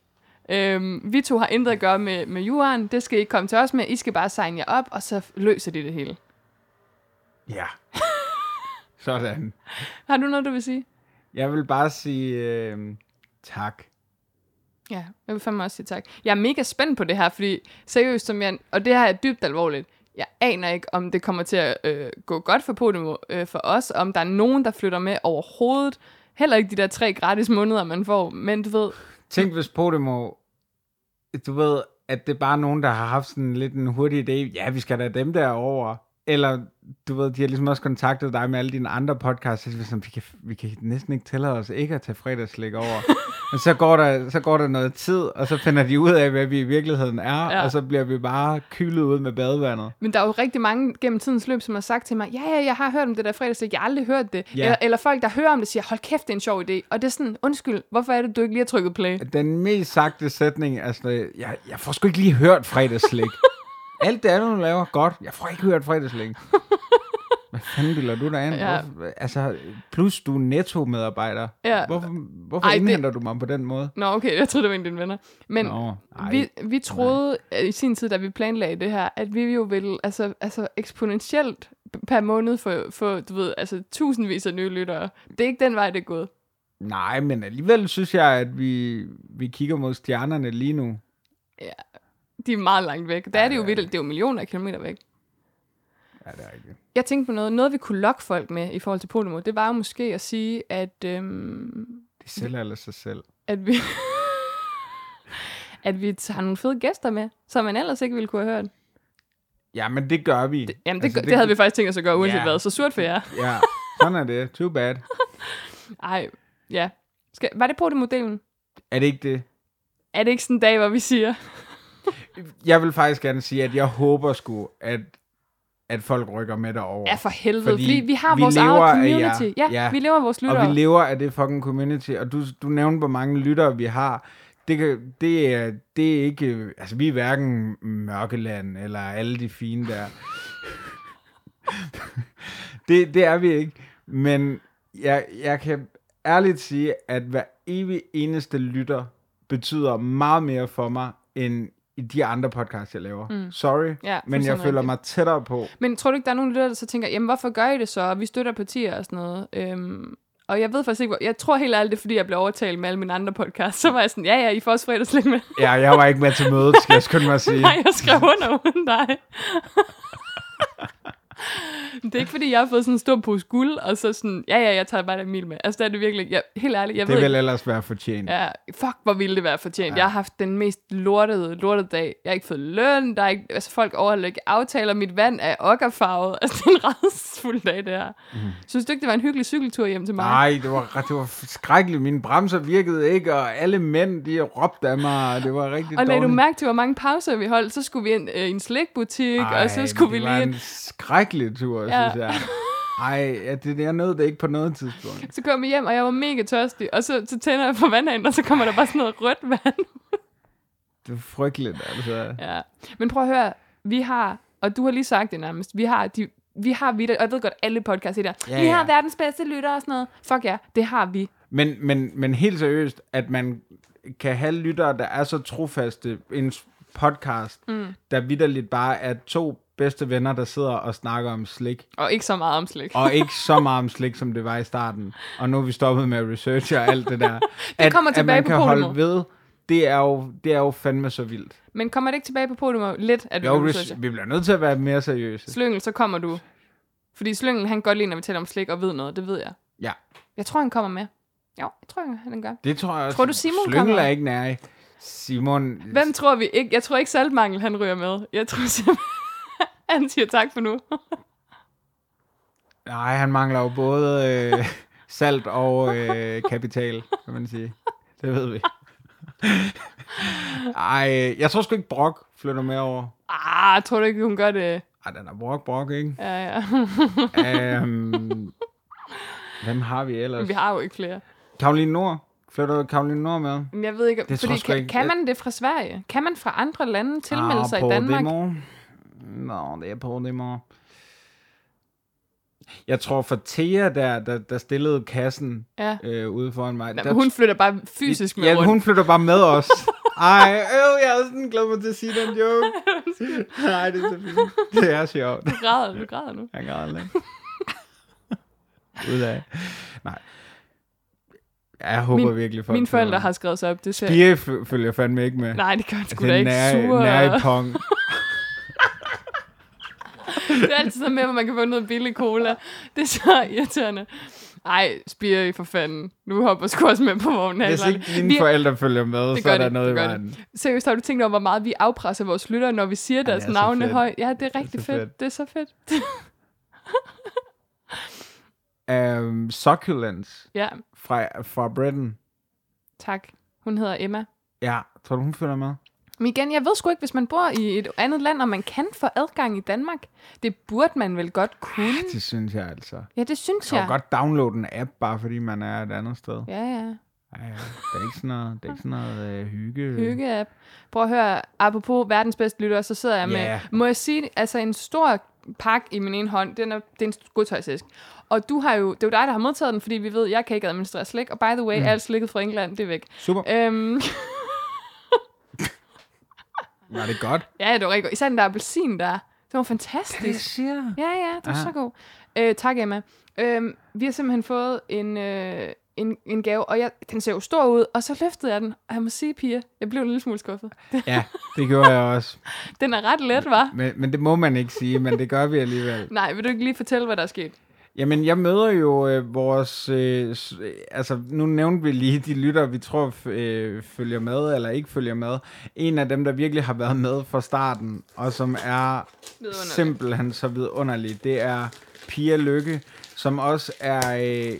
[SPEAKER 1] Øhm, vi to har intet at gøre med, med juraen, det skal I ikke komme til os med, I skal bare signe jer op, og så løser de det hele.
[SPEAKER 2] Ja. Sådan.
[SPEAKER 1] Har du noget, du vil sige?
[SPEAKER 2] Jeg vil bare sige øh, tak.
[SPEAKER 1] Ja, jeg vil fandme også sige tak. Jeg er mega spændt på det her, fordi seriøst, som jeg, og det her er dybt alvorligt, jeg aner ikke, om det kommer til at øh, gå godt for Podimo øh, for os, om der er nogen, der flytter med overhovedet. Heller ikke de der tre gratis måneder, man får, men du ved,
[SPEAKER 2] Tænk hvis Podimo, du ved, at det er bare nogen, der har haft sådan lidt en hurtig idé, ja, vi skal da dem derover. Eller, du ved, de har ligesom også kontaktet dig med alle dine andre podcasts, så de er sådan, vi kan, vi kan næsten ikke tillade os ikke at tage fredagslæg over. Men så går, der, så går der noget tid, og så finder de ud af, hvad vi i virkeligheden er,
[SPEAKER 1] Ja.
[SPEAKER 2] ja. og så bliver vi bare kylet ud med badevandet.
[SPEAKER 1] men der er jo rigtig mange gennem tidens løb, som har sagt til mig, ja, ja, jeg har hørt om det der fredagslæg, jeg har aldrig hørt det.
[SPEAKER 2] Ja.
[SPEAKER 1] Eller, eller folk, der hører om det, siger, hold kæft, det er en sjov idé. Og det er sådan, undskyld, hvorfor er det, du ikke lige har trykket play?
[SPEAKER 2] Den mest sagte sætning, altså, jeg, jeg får sgu ikke lige hørt fredagslæg. Alt det andet, du laver, godt. Jeg får ikke hørt fredagslæg. Hvad fanden bilder du dig ind?
[SPEAKER 1] Ja.
[SPEAKER 2] Ja. Altså, plus du er netto-medarbejder.
[SPEAKER 1] Ja.
[SPEAKER 2] Hvorfor, hvorfor
[SPEAKER 1] Ej,
[SPEAKER 2] Ej,
[SPEAKER 1] det-
[SPEAKER 2] indhenter du mig på den måde?
[SPEAKER 1] Nå, okay, jeg troede, det var en af dine venner. Men,
[SPEAKER 2] Nå, ej.
[SPEAKER 1] vi, vi troede øh, i sin tid, da vi planlagde det her, at vi jo ville altså, altså eksponentielt per måned få, få du ved, altså, tusindvis af nye lyttere. Det er ikke den vej, det er gået.
[SPEAKER 2] Nej, men alligevel synes jeg, at vi, vi kigger mod stjernerne lige nu.
[SPEAKER 1] De er meget langt væk. Der er det jo vildt, det er jo millioner af kilometer væk.
[SPEAKER 2] Ja, det er rigtigt.
[SPEAKER 1] Jeg tænkte på noget, noget vi kunne lokke folk med i forhold til Podimo, det var jo måske at sige, at, øhm,
[SPEAKER 2] De sælger ellers sig selv.
[SPEAKER 1] at vi... at vi tager nogle fede gæster med, som man ellers ikke ville kunne have hørt.
[SPEAKER 2] Ja, men det gør vi. Det,
[SPEAKER 1] Jamen, det, altså, det, det havde vi faktisk tænkt os at gøre, uanset
[SPEAKER 2] Ja.
[SPEAKER 1] hvad. Så surt for jer.
[SPEAKER 2] Ja, sådan er det. Too bad.
[SPEAKER 1] Ej, ja. Skal, var det Podimo-delen?
[SPEAKER 2] Er det ikke det?
[SPEAKER 1] Er det ikke sådan en dag, hvor vi siger,
[SPEAKER 2] Jeg vil faktisk gerne sige, at jeg håber sgu, at, at folk rykker med derover.
[SPEAKER 1] ja for helvede, fordi,
[SPEAKER 2] Fordi
[SPEAKER 1] fordi vi har
[SPEAKER 2] vi
[SPEAKER 1] vores
[SPEAKER 2] lever af
[SPEAKER 1] eget community. Ja,
[SPEAKER 2] jer.
[SPEAKER 1] ja,
[SPEAKER 2] Ja.
[SPEAKER 1] vi lever af vores lyttere.
[SPEAKER 2] Og vi lever af det fucking community. Og du, du nævnte, hvor mange lyttere vi har. Det, kan, det, er, det er ikke... øh, Altså, vi er hverken Mørkeland eller alle de fine der. det, det er vi ikke. Men jeg, jeg kan ærligt sige, at hver evig eneste lytter betyder meget mere for mig, end i de andre podcasts, jeg laver. Mm. Sorry,
[SPEAKER 1] Ja,
[SPEAKER 2] men jeg
[SPEAKER 1] fuldstændig
[SPEAKER 2] føler
[SPEAKER 1] rigtigt.
[SPEAKER 2] mig tættere på.
[SPEAKER 1] Men tror du ikke, der er nogen lyttere, der så tænker, jamen hvorfor gør I det så, og vi støtter partier og sådan noget? Øhm, og jeg ved faktisk ikke, hvor... jeg tror helt ærligt, det er, fordi jeg blev overtalt med alle mine andre podcasts. Så var jeg sådan, ja ja, I får også fredagslæg med.
[SPEAKER 2] Ja, jeg var ikke med til mødet, skal jeg skynde mig at sige.
[SPEAKER 1] Nej, jeg skrev under uden dig. det er ikke, fordi jeg har fået sådan en stor pose guld, og så sådan, ja ja, jeg tager bare Emil med. Altså, det er det virkelig, ikke. jeg, helt ærligt, jeg ved
[SPEAKER 2] Det
[SPEAKER 1] ikke.
[SPEAKER 2] vil ellers være fortjent.
[SPEAKER 1] Ja, fuck, hvor ville det være fortjent. Ja. Jeg har haft den mest lortede, lortede dag. Jeg har ikke fået løn, der er ikke, altså folk overholder ikke aftaler, mit vand er okkerfarvet. Altså, det er en redsfuld dag, det her. Mm. Synes du ikke, det var en hyggelig cykeltur hjem til mig?
[SPEAKER 2] Nej, det var, det var skrækkeligt. Mine bremser virkede ikke, og alle mænd, de råbte af mig, og det var rigtig
[SPEAKER 1] og lagde
[SPEAKER 2] dårligt.
[SPEAKER 1] du mærke til, hvor mange pauser vi holdt? Så skulle vi ind øh, i en slikbutik,
[SPEAKER 2] Ej,
[SPEAKER 1] og så skulle vi
[SPEAKER 2] det var
[SPEAKER 1] lige ind.
[SPEAKER 2] en skrækkelig tur,
[SPEAKER 1] Ja.
[SPEAKER 2] ja. synes jeg. Ej, ja, det, jeg nåede det ikke på noget tidspunkt.
[SPEAKER 1] Så kom jeg hjem, og jeg var mega tørstig, og så, så tænder jeg for vandhanen, og så kommer der bare sådan noget rødt vand.
[SPEAKER 2] Det var frygteligt, altså.
[SPEAKER 1] Ja. Men prøv at høre, vi har, og du har lige sagt det nærmest, vi har de vi har vi, og jeg ved godt, alle podcasts er der. Ja,
[SPEAKER 2] Ja,
[SPEAKER 1] vi har
[SPEAKER 2] ja.
[SPEAKER 1] verdens bedste lyttere og sådan noget. Fuck ja, det har vi.
[SPEAKER 2] Men, men, men helt seriøst, at man kan have lyttere, der er så trofaste i en podcast, mm. der vidderligt bare er to bedste venner, der sidder og snakker om slik.
[SPEAKER 1] Og ikke så meget om slik.
[SPEAKER 2] og ikke så meget om slik, som det var i starten. Og nu er vi stoppet med research og alt det der. det
[SPEAKER 1] kommer tilbage
[SPEAKER 2] at man
[SPEAKER 1] på
[SPEAKER 2] kan
[SPEAKER 1] Podimo.
[SPEAKER 2] holde ved det er jo, det er jo fandme så vildt.
[SPEAKER 1] Men kommer det ikke tilbage på podium lidt, at
[SPEAKER 2] Jo,
[SPEAKER 1] du
[SPEAKER 2] vi,
[SPEAKER 1] vil synes jeg?
[SPEAKER 2] vi bliver nødt til at være mere seriøse.
[SPEAKER 1] Slyngel, så kommer du. Fordi Slyngel, han kan godt lide, når vi taler om slik og ved noget. Det ved jeg.
[SPEAKER 2] Ja,
[SPEAKER 1] Jeg tror, han kommer med. Jo, jeg tror, han den gør.
[SPEAKER 2] det tror jeg også.
[SPEAKER 1] Tror du, Simon
[SPEAKER 2] Slyngel
[SPEAKER 1] kommer?
[SPEAKER 2] er ikke nær. Simon...
[SPEAKER 1] Hvem tror vi ikke? Jeg tror ikke, saltmangel han ryger med. Jeg tror simpelthen, han siger tak for nu.
[SPEAKER 2] Nej, han mangler jo både øh, salt og øh, kapital, kan man sige. Det ved vi. Ej, jeg tror sgu ikke, Brock flytter med over.
[SPEAKER 1] Ah, tror du ikke, hun gør det?
[SPEAKER 2] Ej, den er Brock, Brock, ikke?
[SPEAKER 1] Ja, ja.
[SPEAKER 2] um, hvem har vi ellers?
[SPEAKER 1] Vi har jo ikke flere.
[SPEAKER 2] Karoline Nord. Flytter Karoline Nord med?
[SPEAKER 1] Men jeg ved ikke,
[SPEAKER 2] Det
[SPEAKER 1] det
[SPEAKER 2] tror
[SPEAKER 1] fordi
[SPEAKER 2] jeg sgu
[SPEAKER 1] kan,
[SPEAKER 2] ikke.
[SPEAKER 1] kan man det fra Sverige? Kan man fra andre lande tilmelde sig i
[SPEAKER 2] på
[SPEAKER 1] Danmark?
[SPEAKER 2] Demo. Ah, Nå, det er på demo. Jeg tror for Thea, der, der, der stillede kassen
[SPEAKER 1] Ja.
[SPEAKER 2] øh, ude foran mig.
[SPEAKER 1] Nå,
[SPEAKER 2] der
[SPEAKER 1] men hun flytter bare fysisk med
[SPEAKER 2] ja,
[SPEAKER 1] rundt.
[SPEAKER 2] hun flytter bare med os. Ej, øv, jeg havde sådan glædet mig til at sige den joke. Nej, det er så fint. Det er sjovt.
[SPEAKER 1] Du græder, du græder nu.
[SPEAKER 2] Jeg græder lidt. Ud af. Nej. Jeg håber
[SPEAKER 1] Min-
[SPEAKER 2] virkelig, folk...
[SPEAKER 1] Mine forældre
[SPEAKER 2] flytter
[SPEAKER 1] har skrevet sig op. Det ser...
[SPEAKER 2] med. Pia f- følger fandme ikke med.
[SPEAKER 1] Nej, det gør det sgu
[SPEAKER 2] Det
[SPEAKER 1] da
[SPEAKER 2] er
[SPEAKER 1] ikke.
[SPEAKER 2] nær,
[SPEAKER 1] Sure.
[SPEAKER 2] nær i pong.
[SPEAKER 1] Det er altid sådan med, hvor man kan få noget billig cola. Det er så irriterende. Ej, spirer I for fanden. Nu hopper sgu også med på vognen.
[SPEAKER 2] Hvis
[SPEAKER 1] Allan.
[SPEAKER 2] ikke dine
[SPEAKER 1] Vi-
[SPEAKER 2] forældre følger med,
[SPEAKER 1] Det
[SPEAKER 2] så
[SPEAKER 1] gør
[SPEAKER 2] er der
[SPEAKER 1] det,
[SPEAKER 2] noget i
[SPEAKER 1] det gør
[SPEAKER 2] vejen.
[SPEAKER 1] Seriøst, har du tænkt over, hvor meget vi afpresser vores lyttere, når vi siger
[SPEAKER 2] det
[SPEAKER 1] deres
[SPEAKER 2] er så
[SPEAKER 1] navne
[SPEAKER 2] fedt.
[SPEAKER 1] højt? Ja, det er rigtig
[SPEAKER 2] så
[SPEAKER 1] det er fedt.
[SPEAKER 2] fedt.
[SPEAKER 1] fedt. Det er så fedt.
[SPEAKER 2] Um, succulents
[SPEAKER 1] ja,
[SPEAKER 2] fra, fra Britain.
[SPEAKER 1] tak. Hun hedder Emma.
[SPEAKER 2] Ja, tror du, hun følger med?
[SPEAKER 1] Men igen, jeg ved sgu ikke, hvis man bor i et andet land, og man kan få adgang i Danmark. Det burde man vel godt kunne.
[SPEAKER 2] Det synes jeg altså.
[SPEAKER 1] Ja, det synes
[SPEAKER 2] Man
[SPEAKER 1] jeg.
[SPEAKER 2] kan godt downloade en app, bare fordi man er et andet sted.
[SPEAKER 1] Ja, ja.
[SPEAKER 2] Ej, det er ikke sådan noget, det er ikke sådan noget øh, hygge.
[SPEAKER 1] Hygge-app. Prøv at høre, apropos verdens bedste lytter, så sidder jeg med,
[SPEAKER 2] Ja.
[SPEAKER 1] må jeg sige, altså en stor pakke i min ene hånd, den er, det er en godtøjsæsk. Og du har jo, det er jo dig, der har modtaget den, fordi vi ved, jeg kan ikke administrere slik, og by the way, mm. alt slikket fra England, det er væk.
[SPEAKER 2] Super.
[SPEAKER 1] Øhm,
[SPEAKER 2] Var det godt?
[SPEAKER 1] ja, det var rigtig godt. Især den der appelsin der, det var fantastisk.
[SPEAKER 2] siger
[SPEAKER 1] Ja, ja, det var
[SPEAKER 2] Aha.
[SPEAKER 1] så god. Øh, tak, Emma. Øh, vi har simpelthen fået en, øh, en, en gave, og jeg, den ser jo stor ud, og så løftede jeg den, og jeg må sige, Pia, jeg blev en lille smule skuffet.
[SPEAKER 2] Ja, det gjorde jeg også.
[SPEAKER 1] Den er ret let, var.
[SPEAKER 2] Men, men det må man ikke sige, men det gør vi alligevel.
[SPEAKER 1] Nej, vil du ikke lige fortælle, hvad der er sket?
[SPEAKER 2] Jamen, jeg møder jo øh, vores... Øh, s- øh, altså, nu nævnte vi lige de lytter, vi tror f- øh, følger med eller ikke følger med. En af dem, der virkelig har været med fra starten, og som er
[SPEAKER 1] Vidunderlig.
[SPEAKER 2] simpelthen så vidunderlig, det er Pia Lykke, som også er øh,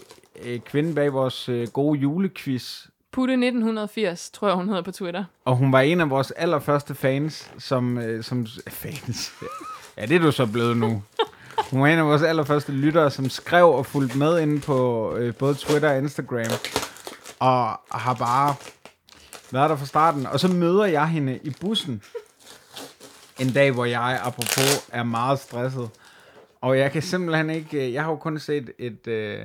[SPEAKER 2] øh, kvinden bag vores øh, gode julequiz,
[SPEAKER 1] Putte 1980, tror jeg, hun hedder på Twitter.
[SPEAKER 2] Og hun var en af vores allerførste fans, som... Øh, som fans? Ja, det er du så blevet nu. Hun var en af vores allerførste lyttere, som skrev og fulgte med inde på øh, både Twitter og Instagram. Og har bare været der fra starten. Og så møder jeg hende i bussen. En dag, hvor jeg apropos er meget stresset. Og jeg kan simpelthen ikke... øh, Jeg har jo kun set et, øh,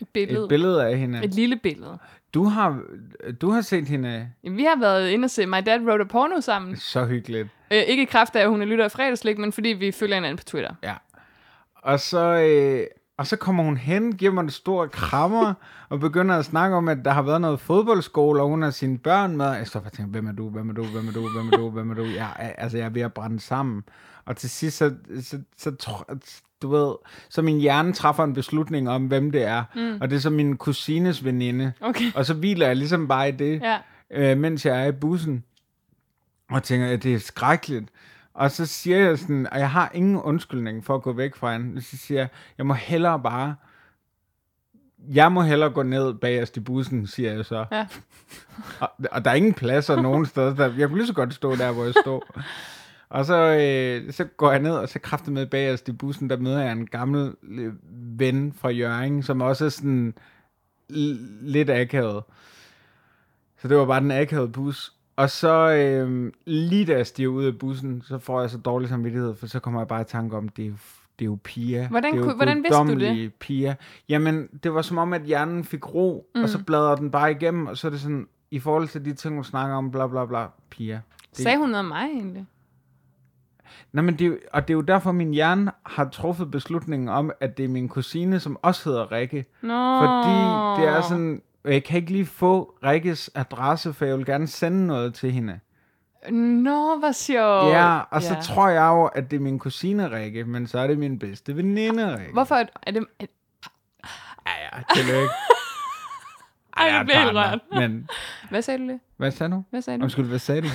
[SPEAKER 1] Et billede.
[SPEAKER 2] et billede af hende.
[SPEAKER 1] Et lille billede.
[SPEAKER 2] Du har, du har set hende
[SPEAKER 1] Jamen, Vi har været inde og se My Dad Wrote a Porno sammen.
[SPEAKER 2] så hyggeligt.
[SPEAKER 1] Øh, ikke i kraft af, at hun er lytter af fredagslik, men fordi vi følger hinanden på Twitter.
[SPEAKER 2] Ja. Og så, øh, og så kommer hun hen, giver mig en stor krammer, og begynder at snakke om, at der har været noget fodboldskole, og hun har sine børn med. Jeg står bare og tænker, hvem er du, hvem er du, hvem er du, hvem er du, hvem er du? Jeg, er- altså, jeg er ved at brænde sammen. Og til sidst, så, så, så, tr- du ved, så min hjerne træffer en beslutning om, hvem det er. Mm. Og det er så min kusines veninde.
[SPEAKER 1] Okay.
[SPEAKER 2] Og så hviler jeg ligesom bare i det
[SPEAKER 1] Ja.
[SPEAKER 2] øh, mens jeg er i bussen, og tænker, at det er skrækkeligt. Og så siger jeg sådan, og jeg har ingen undskyldning for at gå væk fra hende, så siger jeg, jeg må hellere bare, jeg må hellere gå ned bagerst i bussen, siger jeg så.
[SPEAKER 1] Ja.
[SPEAKER 2] Og, og der er ingen pladser nogen steder, der, jeg kunne lige så godt stå der, hvor jeg stod. Og så, øh, så går jeg ned, og så kræfter med bagerst i bussen, der møder jeg en gammel øh, ven fra Jørgen, som også er sådan l- lidt akavet. Så det var bare den akavede bus. Og så øh, lige da jeg stiger ud af bussen, så får jeg så dårlig samvittighed, for så kommer jeg bare i tanke om, det er jo, det er jo Pia.
[SPEAKER 1] Hvordan
[SPEAKER 2] det er jo
[SPEAKER 1] kunne- hvordan vidste du det?
[SPEAKER 2] guddommelige Pia. Jamen, det var som om, at hjernen fik ro, mm. og så bladrer den bare igennem, og så er det sådan, i forhold til de ting, hun snakker om, bla bla bla, Pia. Det-
[SPEAKER 1] Sagde hun noget om mig egentlig?
[SPEAKER 2] Nej, men det, er jo- og det er jo derfor, min hjerne har truffet beslutningen om, at det er min kusine, som også hedder Rikke.
[SPEAKER 1] Nå.
[SPEAKER 2] Fordi det er sådan, og jeg kan ikke lige få Rikkes adresse, for jeg vil gerne sende noget til hende.
[SPEAKER 1] Nå, hvor sjovt.
[SPEAKER 2] ja, og så tror jeg jo, at det er min kusine Rikke, men så er det min bedste veninde Rikke.
[SPEAKER 1] Hvorfor er, er det... Er,
[SPEAKER 2] Ja, ja, tillykke.
[SPEAKER 1] Ej, jeg
[SPEAKER 2] Ja,
[SPEAKER 1] bliver helt
[SPEAKER 2] partner.
[SPEAKER 1] rørt.
[SPEAKER 2] Men,
[SPEAKER 1] Hvad sagde du lige?
[SPEAKER 2] hvad sagde du?
[SPEAKER 1] Hvad sagde du?
[SPEAKER 2] Undskyld, hvad sagde du?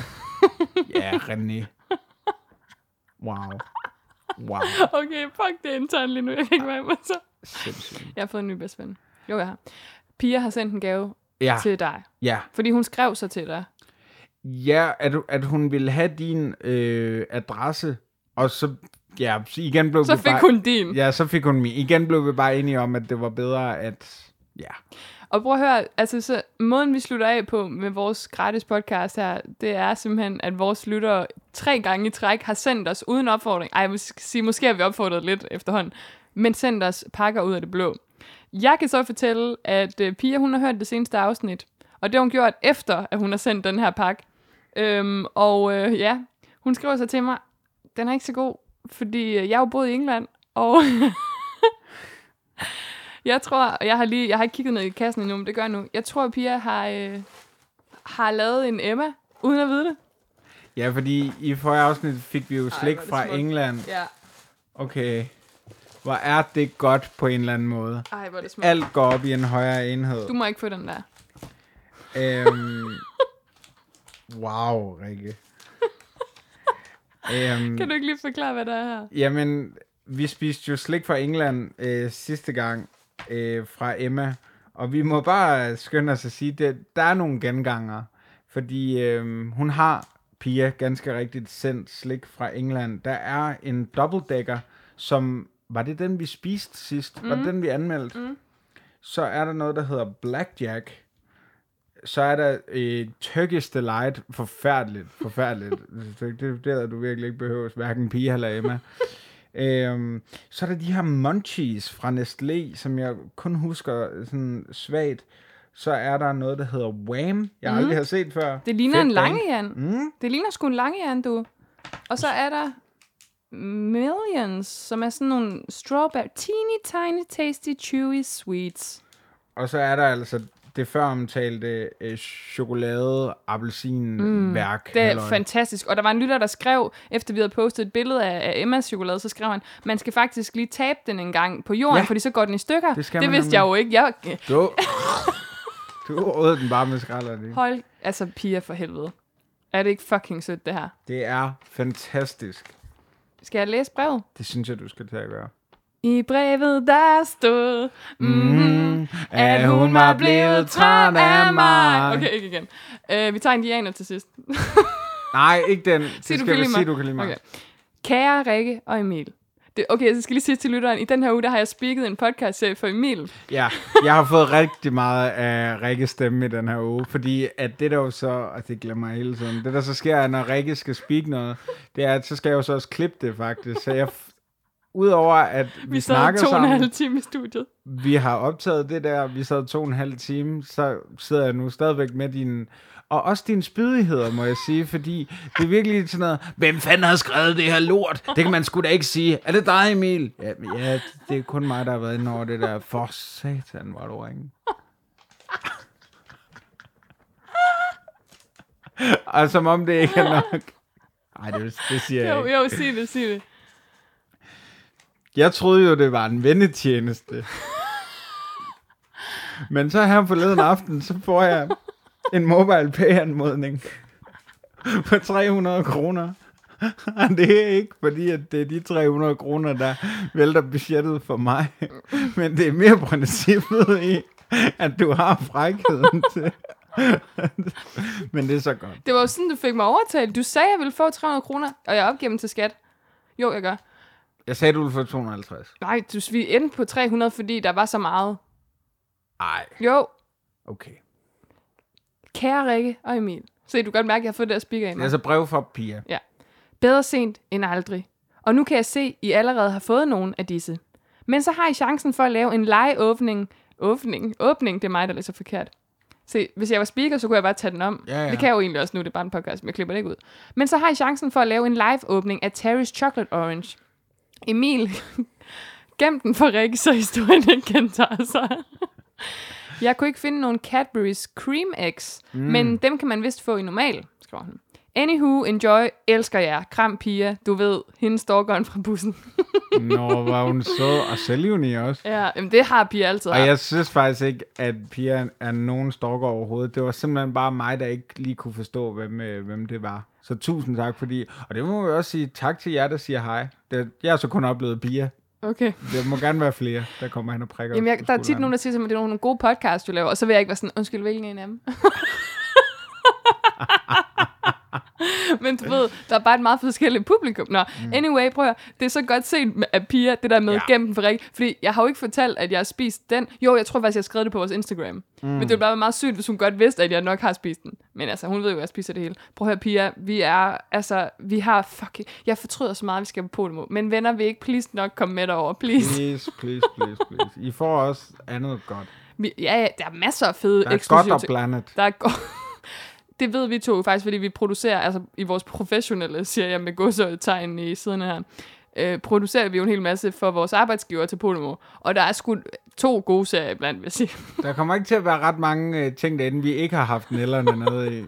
[SPEAKER 2] ja, René. Wow. Wow,
[SPEAKER 1] Okay, fuck, det er internt lige nu. Jeg kan ikke være med så.
[SPEAKER 2] sindssygt.
[SPEAKER 1] Jeg har fået en ny bedsteven. Jo, jeg har. Pia har sendt en gave
[SPEAKER 2] Ja,
[SPEAKER 1] til dig.
[SPEAKER 2] ja.
[SPEAKER 1] Fordi hun skrev så til dig.
[SPEAKER 2] Ja, at, at hun ville have din øh, adresse, og så, ja, så igen blev
[SPEAKER 1] Så
[SPEAKER 2] vi
[SPEAKER 1] fik
[SPEAKER 2] bare,
[SPEAKER 1] hun din.
[SPEAKER 2] Ja, så fik hun min. Igen blev vi bare enige om, at det var bedre, at... Ja,
[SPEAKER 1] Og prøv at høre, altså så måden vi slutter af på med vores gratis podcast her, det er simpelthen, at vores lyttere tre gange i træk har sendt os uden opfordring. Ej, jeg vil sige, måske har vi opfordret lidt efterhånden, men sendt os pakker ud af det blå. Jeg kan så fortælle, at øh, Pia hun har hørt det seneste afsnit, og det har hun gjort efter, at hun har sendt den her pakke. Øhm, og øh, ja, hun skriver så til mig, den er ikke så god, fordi øh, jeg har jo boet i England, og Jeg tror, og jeg har lige, jeg har ikke kigget ned i kassen endnu, men det gør jeg nu. Jeg tror, at Pia har, øh, har lavet en Emma, uden at vide det.
[SPEAKER 2] ja fordi i forrige afsnit fik vi jo
[SPEAKER 1] hvor
[SPEAKER 2] slik
[SPEAKER 1] er det
[SPEAKER 2] fra
[SPEAKER 1] smukt.
[SPEAKER 2] England.
[SPEAKER 1] Ja.
[SPEAKER 2] Okay, hvor er det godt på en eller anden måde.
[SPEAKER 1] Ej, hvor er det smukt.
[SPEAKER 2] Alt går op i en højere enhed.
[SPEAKER 1] Mm. Du må ikke få den der.
[SPEAKER 2] Øhm, wow, Rikke. øhm,
[SPEAKER 1] Kan du ikke lige forklare, hvad der er her?
[SPEAKER 2] Jamen, vi spiste jo slik fra England øh, sidste gang øh, fra Emma, og vi må bare skynde os at sige, at der er nogle genganger, fordi øh, hun har, Pia, ganske rigtigt sendt slik fra England. Der er en dobbeltdækker, som, var det den, vi spiste sidst? Mm. Var det den, vi anmeldte? Mm. Så er der noget, der hedder Blackjack. Så er der øh, Turkish Delight. Forfærdeligt, forfærdeligt. det, det, det havde du virkelig ikke behøves, hverken Pia eller Emma. Øhm, så er der de her munchies fra Nestlé, som jeg kun husker sådan svagt. Så er der noget, der hedder Wham, jeg mm. aldrig har set før.
[SPEAKER 1] Mhm. Det ligner
[SPEAKER 2] Fedt
[SPEAKER 1] en
[SPEAKER 2] band.
[SPEAKER 1] langejern.
[SPEAKER 2] Mm.
[SPEAKER 1] Det ligner sgu en langejern, du. Og så er der Millions, som er sådan nogle strawberry, teeny tiny tasty chewy sweets.
[SPEAKER 2] Og så er der altså det før omtalte øh, chokolade appelsin værk
[SPEAKER 1] Mm. Det er fantastisk. Og der var en lytter, der skrev, efter vi havde postet et billede af, af Emmas chokolade, så skrev han, man skal faktisk lige tabe den en gang på jorden, ja.
[SPEAKER 2] Ja.
[SPEAKER 1] fordi så går den i stykker.
[SPEAKER 2] Det skal
[SPEAKER 1] det
[SPEAKER 2] man
[SPEAKER 1] vidste jeg jo
[SPEAKER 2] nemlig.
[SPEAKER 1] ikke. Jeg,
[SPEAKER 2] Du, du åd den bare med skralderne.
[SPEAKER 1] hold, altså piger for helvede. Er det ikke fucking sødt, det her?
[SPEAKER 2] Det er fantastisk.
[SPEAKER 1] Skal jeg læse brevet?
[SPEAKER 2] Det synes jeg, du skal tage at gøre.
[SPEAKER 1] I brevet, der stod, mm,
[SPEAKER 2] Mm-hmm. at hun var blevet træt af mig.
[SPEAKER 1] Okay, ikke igen. Uh, vi tager indianer til sidst.
[SPEAKER 2] Nej, ikke den. Det
[SPEAKER 1] Sig,
[SPEAKER 2] skal
[SPEAKER 1] du
[SPEAKER 2] du
[SPEAKER 1] kan lide mig.
[SPEAKER 2] sige, du kan lide mig.
[SPEAKER 1] Okay. Kære Rikke og Emil. Det, okay, så skal jeg lige sige til lytteren, i den her uge, der har jeg spiket en podcast for Emil.
[SPEAKER 2] Ja, jeg har fået rigtig meget af Rikkes stemme i den her uge, fordi at det der jo så, og det glemmer jeg hele tiden, det der så sker, når Rikke skal speak noget, det er, at så skal jeg jo så også klippe det faktisk, så jeg, f- udover at vi,
[SPEAKER 1] Vi sad
[SPEAKER 2] snakker
[SPEAKER 1] to og en
[SPEAKER 2] sammen,
[SPEAKER 1] halv time i studiet.
[SPEAKER 2] vi har optaget det der, vi sad to og en halv time, så sidder jeg nu stadigvæk med din og også dine spydigheder, må jeg sige, fordi det er virkelig sådan noget, hvem fanden har skrevet det her lort? Det kan man sgu da ikke sige. Er det dig, Emil? Ja, men ja det er kun mig, der har været inde over det der. For satan, var du ringe. og som om det ikke er nok. Nej, det, det siger jeg
[SPEAKER 1] Jo,
[SPEAKER 2] ikke.
[SPEAKER 1] jo, sig det, sig det.
[SPEAKER 2] Jeg troede jo, det var en vennetjeneste. Men så her forleden aften, så får jeg en mobile pay-anmodning på 300 kroner. Og det er ikke fordi, at det er de 300 kroner, der vælter budgettet for mig. Men det er mere princippet i, at du har frækheden til. Men det er så godt.
[SPEAKER 1] Det var jo sådan, du fik mig overtalt. Du sagde, jeg ville få 300 kroner, og jeg opgiver dem til skat. Jo, jeg gør.
[SPEAKER 2] Jeg sagde, du ville få 250.
[SPEAKER 1] Nej, du, vi endte på 300, fordi der var så meget.
[SPEAKER 2] Ej,
[SPEAKER 1] Jo,
[SPEAKER 2] okay.
[SPEAKER 1] kære Rikke og Emil. Se, du kan godt mærke, at jeg har fået det der speaker i
[SPEAKER 2] Det
[SPEAKER 1] mig.
[SPEAKER 2] er altså brev fra Pia.
[SPEAKER 1] Bedre sent end aldrig. Og nu kan jeg se, I allerede har fået nogen af disse. Men så har I chancen for at lave en legeåbning. Åbning. Åbning, det er mig, der læser forkert. Se, hvis jeg var speaker, så kunne jeg bare tage den om.
[SPEAKER 2] Ja, ja.
[SPEAKER 1] Det kan jeg jo egentlig også nu, det er bare en podcast, men jeg klipper det ikke ud. Men så har I chancen for at lave en live-åbning af Terry's Chocolate Orange. Emil, gem den for Rikke, så historien den gentager sig. Jeg kunne ikke finde nogen Cadbury's Cream Eggs, mm. men dem kan man vist få i normal, skriver hun. Anywho, enjoy, elsker jer. Kram Pia, du ved, hende stalkeren fra bussen.
[SPEAKER 2] Nå, var hun så, og selvivnig også.
[SPEAKER 1] ja, jamen det har Pia altid
[SPEAKER 2] Og
[SPEAKER 1] haft.
[SPEAKER 2] jeg synes faktisk ikke, at Pia er nogen stalker overhovedet. Det var simpelthen bare mig, der ikke lige kunne forstå, hvem, øh, hvem det var. Så tusind tak, fordi... Og det må jeg også sige tak til jer, der siger hej. Det, jeg har så kun oplevet Pia.
[SPEAKER 1] Okay.
[SPEAKER 2] Der må gerne være flere, der kommer hen og prikker.
[SPEAKER 1] Jamen,
[SPEAKER 2] os
[SPEAKER 1] jeg,
[SPEAKER 2] på
[SPEAKER 1] der er tit
[SPEAKER 2] skulderen.
[SPEAKER 1] nogen, der siger til mig, det er nogle gode podcasts, du laver, og så vil jeg ikke være sådan, undskyld, hvilken en af dem? Men du ved, der er bare et meget forskelligt publikum. Nå, anyway, prøv at høre. Det er så godt set med- af Pia, det der med Mm. ja. gennem den for rigtigt. Fordi jeg har jo ikke fortalt, at jeg har spist den. Jo, jeg tror faktisk, jeg skrev det på vores Instagram. Mm. Men det ville bare være meget sygt, hvis hun godt vidste, at jeg nok har spist den. Men altså, hun ved jo, at jeg spiser det hele. Prøv at høre, Pia. Vi er, altså, vi har fucking... Jeg fortryder så meget, vi skal på Polemo. Men venner, vil I ikke please nok komme med derover, please?
[SPEAKER 2] Please, please, please, please. I får også andet godt.
[SPEAKER 1] Vi, ja, ja, der er masser af fede
[SPEAKER 2] Der er
[SPEAKER 1] eksklusive
[SPEAKER 2] godt og
[SPEAKER 1] ting.
[SPEAKER 2] blandet.
[SPEAKER 1] Der er godt. Det ved vi to jo faktisk, fordi vi producerer, altså i vores professionelle, siger jeg med godsøjetegn i siden her, øh, producerer vi jo en hel masse for vores arbejdsgiver til Polemo. Og der er sgu to gode serier blandt, vil jeg sige.
[SPEAKER 2] Der kommer ikke til at være ret mange øh, ting derinde, vi ikke har haft nælderne nede i.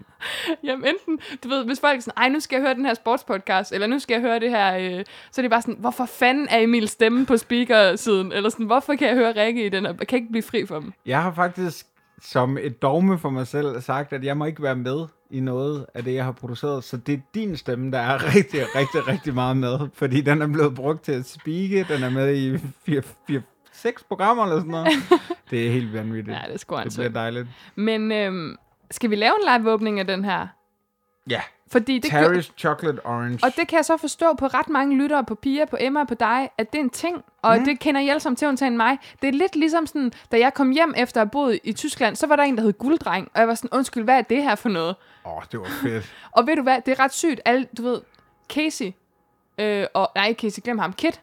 [SPEAKER 1] Jamen enten, du ved, hvis folk er sådan, ej, nu skal jeg høre den her sportspodcast, eller nu skal jeg høre det her, øh, så er det bare sådan, hvorfor fanden er Emil stemme på speakersiden? Eller sådan, hvorfor kan jeg høre Rikke i den, og jeg kan ikke blive fri for dem?
[SPEAKER 2] Jeg har faktisk som et dogme for mig selv sagt, at jeg må ikke være med i noget af det, jeg har produceret. Så det er din stemme, der er rigtig, rigtig, rigtig meget med. Fordi den er blevet brugt til at speake. Den er med i fire, fire, seks programmer eller sådan noget. Det er helt vanvittigt.
[SPEAKER 1] Ja, det er sgu
[SPEAKER 2] det
[SPEAKER 1] altså.
[SPEAKER 2] bliver dejligt.
[SPEAKER 1] Men øhm, skal vi lave en live-åbning af den her?
[SPEAKER 2] Ja,
[SPEAKER 1] Fordi det gjorde-
[SPEAKER 2] Terry's Chocolate Orange.
[SPEAKER 1] Og det kan jeg så forstå på ret mange lyttere, på Pia, på Emma og på dig, at det er en ting, og mm. det kender I alle sammen til, undtagen mig. Det er lidt ligesom sådan, da jeg kom hjem efter at have boet i Tyskland, så var der en, der hed Gulddreng, og jeg var sådan, undskyld, hvad er det her for noget?
[SPEAKER 2] Åh, oh, det var fedt.
[SPEAKER 1] Og ved du hvad, det er ret sygt, alle, du ved, Casey, øh, og, nej ikke Casey, glem ham, Kit,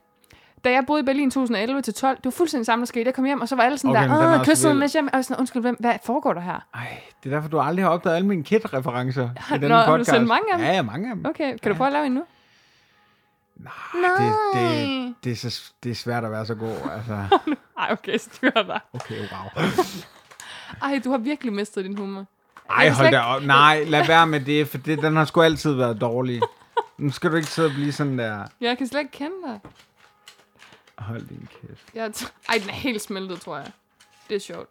[SPEAKER 1] da jeg boede i Berlin 2011 til 12, det var fuldstændig samme, der skete. Jeg kom hjem, og så var alle sådan
[SPEAKER 2] Okay, men den er
[SPEAKER 1] der, åh,
[SPEAKER 2] også
[SPEAKER 1] kyssede
[SPEAKER 2] vild."
[SPEAKER 1] med hjem. Og jeg var sådan, undskyld, hvem, hvad foregår der her?
[SPEAKER 2] Ej, det er derfor, du aldrig har opdaget alle mine kit-referencer i denne
[SPEAKER 1] nå, har du
[SPEAKER 2] podcast.
[SPEAKER 1] sendt mange af dem?
[SPEAKER 2] Ja, ja, mange af dem.
[SPEAKER 1] Okay, kan du prøve at lave en nu?
[SPEAKER 2] Nej. Det, det, det, er så, det er svært at være så god, altså.
[SPEAKER 1] Ej, okay, styrer dig.
[SPEAKER 2] Okay, wow.
[SPEAKER 1] Ej, du har virkelig mistet din humor.
[SPEAKER 2] Ej,
[SPEAKER 1] kan
[SPEAKER 2] hold
[SPEAKER 1] slet
[SPEAKER 2] da
[SPEAKER 1] ikke-
[SPEAKER 2] op. Nej, lad være med det, for det, den har sgu altid været dårlig. Nu skal du ikke sidde og blive sådan der.
[SPEAKER 1] Jeg kan slet ikke kende dig.
[SPEAKER 2] Hold din kæft.
[SPEAKER 1] Jeg t- Ej, den er helt smeltet, tror jeg. Det er sjovt.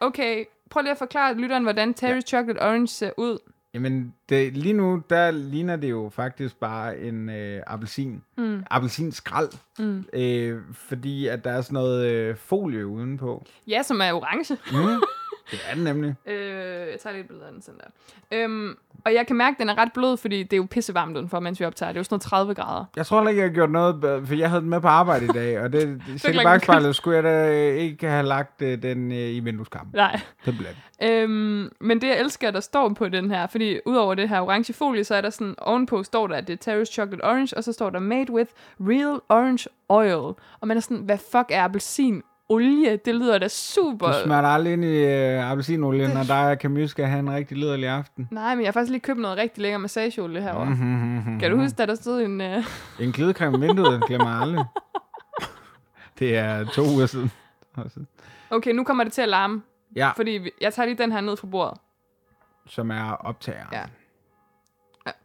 [SPEAKER 1] Okay, prøv lige at forklare lytteren, hvordan Terry's ja. Chocolate Orange ser ud.
[SPEAKER 2] Jamen, det, lige nu, der ligner det jo faktisk bare en øh, appelsin. Mm. Appelsinskrald. Mm. Øh, fordi at der er sådan noget øh, folie udenpå.
[SPEAKER 1] Ja, som er orange.
[SPEAKER 2] Mm. det er den nemlig.
[SPEAKER 1] Øh, jeg tager lige et billede af den sådan der. Øhm, og jeg kan mærke, at den er ret blød, fordi det er jo pissevarmt udenfor, mens vi optager. Det er jo sådan noget 30 grader.
[SPEAKER 2] Jeg tror heller ikke, jeg har gjort noget, b- for jeg havde den med på arbejde i dag, og det, det selv
[SPEAKER 1] klokken-
[SPEAKER 2] bagspejlet skulle jeg da øh, ikke have lagt øh, den øh, i vindueskampen.
[SPEAKER 1] Nej.
[SPEAKER 2] Det blev den.
[SPEAKER 1] Øhm, men det, jeg elsker, der står på den her, fordi udover det her orange folie, så er der sådan, ovenpå står der, at det er Terry's Chocolate Orange, og så står der made with real orange oil. Og man er sådan, hvad fuck er appelsinolie? Det lyder da super...
[SPEAKER 2] Du smørte aldrig ind i øh, appelsinolien, og dig og Camille skal have en rigtig liderlig aften.
[SPEAKER 1] Nej, men jeg har faktisk lige købt noget rigtig lækker massageolie herovre.
[SPEAKER 2] Mhm.
[SPEAKER 1] Mm-hmm. Kan du huske, da der stod en... Uh...
[SPEAKER 2] En glidecreme i vinduet, glemmer jeg aldrig. Det er to uger siden. Altså.
[SPEAKER 1] Okay, nu kommer det til at larme,
[SPEAKER 2] Ja,
[SPEAKER 1] fordi vi... jeg tager lige den her ned fra bordet.
[SPEAKER 2] som er optager.
[SPEAKER 1] Ja.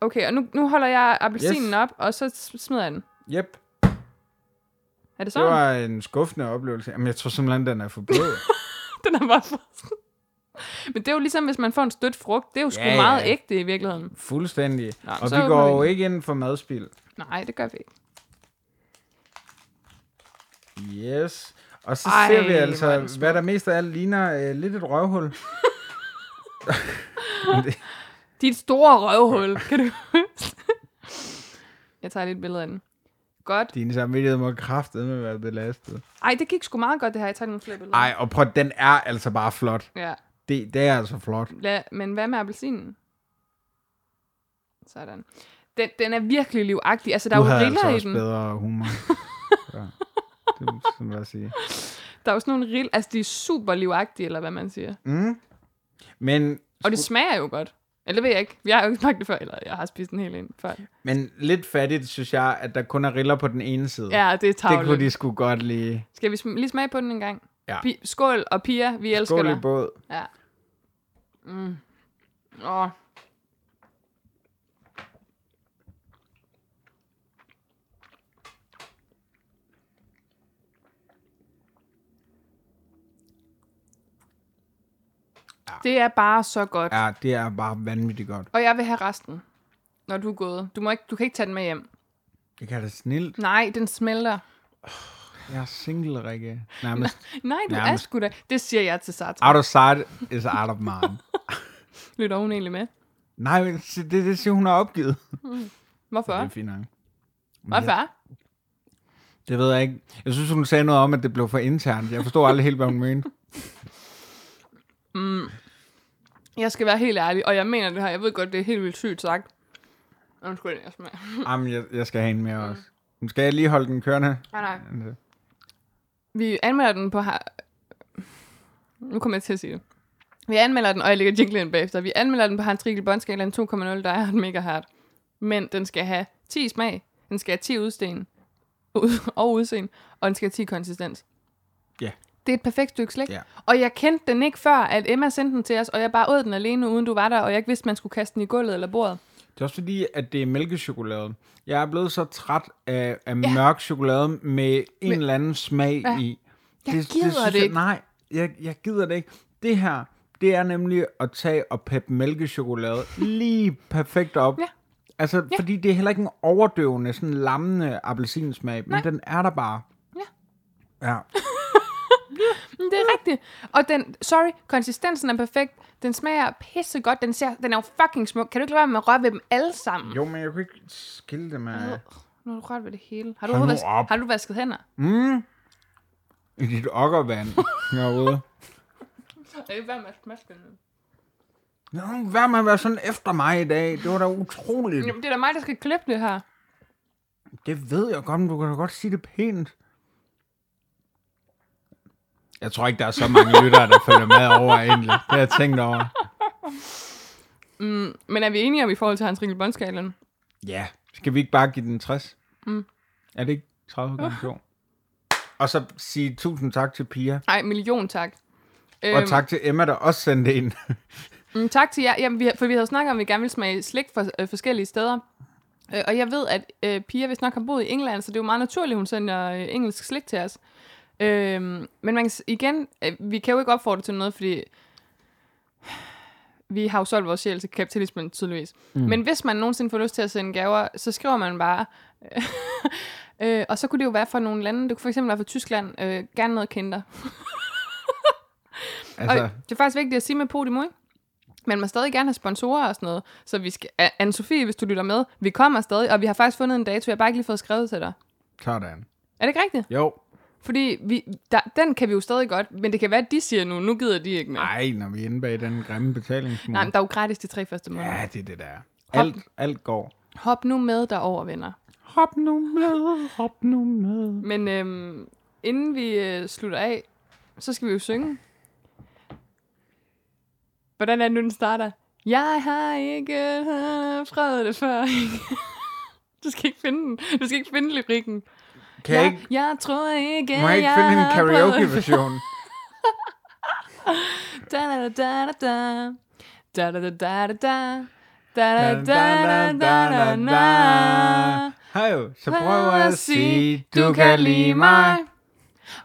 [SPEAKER 1] Okay, og nu, nu holder jeg appelsinen
[SPEAKER 2] Yes.
[SPEAKER 1] yes. op, og så s- smider jeg den.
[SPEAKER 2] Yep,
[SPEAKER 1] Er det
[SPEAKER 2] det
[SPEAKER 1] sådan?
[SPEAKER 2] var en skuffende oplevelse. Jamen, jeg tror simpelthen, den er forblevet.
[SPEAKER 1] Den er bare frossen. Men det er jo ligesom, hvis man får en stødt frugt. Det er jo sgu
[SPEAKER 2] Ja, ja.
[SPEAKER 1] meget ægte i virkeligheden.
[SPEAKER 2] Fuldstændig. Nå, og
[SPEAKER 1] så
[SPEAKER 2] vi
[SPEAKER 1] åbner
[SPEAKER 2] går
[SPEAKER 1] vi
[SPEAKER 2] jo
[SPEAKER 1] den.
[SPEAKER 2] ikke ind for madspil.
[SPEAKER 1] Nej, det gør vi ikke.
[SPEAKER 2] Yes. Og så Ej,
[SPEAKER 1] Ej,
[SPEAKER 2] ser vi
[SPEAKER 1] hvor er
[SPEAKER 2] altså,
[SPEAKER 1] den smuk.
[SPEAKER 2] hvad der mest af alt ligner øh, lidt et røvhul.
[SPEAKER 1] Dit store røvhul, kan du huske? jeg tager lige et billede af den. Godt.
[SPEAKER 2] Din samvittighed må kraftedeme være belastet.
[SPEAKER 1] Ej, det gik sgu meget godt, det her. Jeg tager nogle flere billeder.
[SPEAKER 2] Ej, og prøv, den er altså bare flot.
[SPEAKER 1] Ja.
[SPEAKER 2] Det, det er altså flot.
[SPEAKER 1] La, men hvad med appelsinen? Sådan. Den, den er virkelig livagtig. Altså, der
[SPEAKER 2] du
[SPEAKER 1] er jo
[SPEAKER 2] havde
[SPEAKER 1] riller
[SPEAKER 2] altså
[SPEAKER 1] i
[SPEAKER 2] også
[SPEAKER 1] den.
[SPEAKER 2] bedre humor. ja. Det må sådan være at sige.
[SPEAKER 1] Der er jo sådan nogle riller. Altså, de er super livagtige, eller hvad man siger.
[SPEAKER 2] Mm. Men,
[SPEAKER 1] Og det smager jo godt. Eller det ved jeg ikke. Jeg har jo ikke smagt det før, eller jeg har spist den helt ind før.
[SPEAKER 2] men lidt fattigt, synes jeg, at der kun er riller på den ene side.
[SPEAKER 1] Ja, det er
[SPEAKER 2] det kunne
[SPEAKER 1] tavlet.
[SPEAKER 2] de sgu godt lide.
[SPEAKER 1] Skal vi sm- lige smage på den en gang?
[SPEAKER 2] Ja.
[SPEAKER 1] Pi- skål og piger, vi elsker
[SPEAKER 2] Skål i
[SPEAKER 1] dig.
[SPEAKER 2] båd.
[SPEAKER 1] Ja. Mm. Åh. Det er bare så godt.
[SPEAKER 2] Ja, det er bare vanvittigt godt.
[SPEAKER 1] Og jeg vil have resten, når du er gået. Du, må ikke, du kan ikke tage den med hjem.
[SPEAKER 2] Det kan da snilt.
[SPEAKER 1] Nej, den smelter.
[SPEAKER 2] Jeg er single, Rikke. Nærmest.
[SPEAKER 1] Nej, du er
[SPEAKER 2] Nærmest.
[SPEAKER 1] sgu da. Det siger jeg til Sartre.
[SPEAKER 2] out of sight is out of mind.
[SPEAKER 1] Lytter hun egentlig med?
[SPEAKER 2] Nej, men det, det siger hun har opgivet. Det
[SPEAKER 1] Hvorfor?
[SPEAKER 2] er fint nok.
[SPEAKER 1] Hvorfor?
[SPEAKER 2] Det ved jeg ikke. Jeg synes, hun sagde noget om, at det blev for internt. Jeg forstod aldrig helt, hvad hun mente.
[SPEAKER 1] Jeg skal være helt ærlig, og jeg mener det her. Jeg ved godt, det er helt vildt sygt sagt. Undskyld, jeg smager.
[SPEAKER 2] Jamen, jeg, jeg skal have en mere også. Nu skal jeg lige holde den kørende.
[SPEAKER 1] Nej, nej. Vi anmelder den på... Har... Nu kommer jeg til at sige det. Vi anmelder den, og jeg lægger jingle ind bagefter. Vi anmelder den på Hans Riegel Båndskalaen 2.0, der er den mega hard. Men den skal have 10 smag. Den skal have 10 udsten. Ud- og udseende. Og den skal have 10 konsistens.
[SPEAKER 2] Ja.
[SPEAKER 1] Det er et perfekt stykke slik.
[SPEAKER 2] Ja.
[SPEAKER 1] Og jeg kendte den ikke før, at Emma sendte den til os, og jeg bare åd den alene, uden du var der, og jeg ikke vidste, man skulle kaste den i gulvet eller bordet.
[SPEAKER 2] Det er også fordi, at det er mælkechokolade. Jeg er blevet så træt af, af ja. mørk chokolade med en
[SPEAKER 1] Men-
[SPEAKER 2] eller anden smag
[SPEAKER 1] Ja.
[SPEAKER 2] ja. i.
[SPEAKER 1] Jeg gider
[SPEAKER 2] synes
[SPEAKER 1] det
[SPEAKER 2] jeg,
[SPEAKER 1] ikke.
[SPEAKER 2] Nej, jeg, jeg gider det ikke. Det her, det er nemlig at tage og peppe mælkechokolade lige perfekt op.
[SPEAKER 1] Ja.
[SPEAKER 2] Altså, ja. fordi det er heller ikke en overdøvende, sådan lammende appelsinsmag, men den er der bare. Ja. Ja.
[SPEAKER 1] Men Mm, Det er
[SPEAKER 2] Mm.
[SPEAKER 1] rigtigt. Og den, sorry, konsistensen er perfekt. Den smager pisse godt. Den, ser, den er jo fucking smuk. Kan du ikke lade være med at røre ved dem alle sammen?
[SPEAKER 2] Jo, men jeg kunne ikke skille det med
[SPEAKER 1] Nu har du rørt ved det hele. Har du,
[SPEAKER 2] Hold nu
[SPEAKER 1] vask,
[SPEAKER 2] op.
[SPEAKER 1] har du vasket hænder?
[SPEAKER 2] Mm. i dit okkervand herude.
[SPEAKER 1] Det er hvad med smasken.
[SPEAKER 2] Nå, hvad med at være sådan efter mig i dag? Det var da utroligt.
[SPEAKER 1] Jamen, det er da mig, der skal klippe det her.
[SPEAKER 2] Det ved jeg godt, men du kan da godt sige det pænt. Jeg tror ikke, der er så mange lyttere, der følger med over egentlig. Det har jeg tænkt over.
[SPEAKER 1] Men er vi enige om i forhold til Hans Ringel Båndskalen?
[SPEAKER 2] Ja, skal vi ikke bare give den 60? Mm. Er det ikke 30 gange sjov? Og så sige tusind tak til Pia.
[SPEAKER 1] Nej, million tak.
[SPEAKER 2] Øhm. Og tak til Emma, der også sendte en.
[SPEAKER 1] Mm, tak til jer. Jamen, vi, for vi havde snakket om, at vi gerne ville smage slik fra øh, forskellige steder. Øh, og jeg ved, at øh, Pia vist nok har boet i England, så det er jo meget naturligt, hun sender øh, engelsk slik til os. Øh, men man kan, s- igen, øh, vi kan jo ikke opfordre til noget, fordi vi har jo solgt vores sjæl til kapitalismen, tydeligvis. Mm. Men hvis man nogensinde får lyst til at sende gaver, så skriver man bare... øh, og så kunne det jo være fra nogle lande. Det kunne for eksempel være fra Tyskland. Øh, gerne noget kinder.
[SPEAKER 2] altså,
[SPEAKER 1] Altså. Og det er faktisk vigtigt at sige med Podimo, ikke? Man må stadig gerne have sponsorer og sådan noget. Så vi skal... A- Anne-Sophie, hvis du lytter med, vi kommer stadig, og vi har faktisk fundet en dato, jeg har bare ikke lige fået skrevet til dig.
[SPEAKER 2] sådan.
[SPEAKER 1] Er det ikke rigtigt?
[SPEAKER 2] Jo.
[SPEAKER 1] Fordi vi, der, den kan vi jo stadig godt, men det kan være, at de siger nu, nu gider de ikke mere.
[SPEAKER 2] Nej, når vi er inde bag den grimme betalingsmur.
[SPEAKER 1] Nej, men der er jo gratis de tre første måneder. Ja.
[SPEAKER 2] Ja, det er det, der er. Alt, alt går.
[SPEAKER 1] Hop nu med derover, venner.
[SPEAKER 2] Hop nu med, hop nu med.
[SPEAKER 1] Men øhm, inden vi øh, slutter af, så skal vi jo synge. Hvordan er det nu, den starter? Jeg har ikke øh, prøvet det før. ikke? du skal ikke finde den. Du skal ikke finde lyrikken.
[SPEAKER 2] Kan jeg ikke
[SPEAKER 1] jeg, jeg tror ikke,
[SPEAKER 2] Må jeg ikke
[SPEAKER 1] jeg
[SPEAKER 2] finde en
[SPEAKER 1] har prøvet det før.
[SPEAKER 2] karaoke-version?
[SPEAKER 1] da da da da da da da da da da da da da da da da da
[SPEAKER 2] Hej, så prøv at sige, du kan lide mig.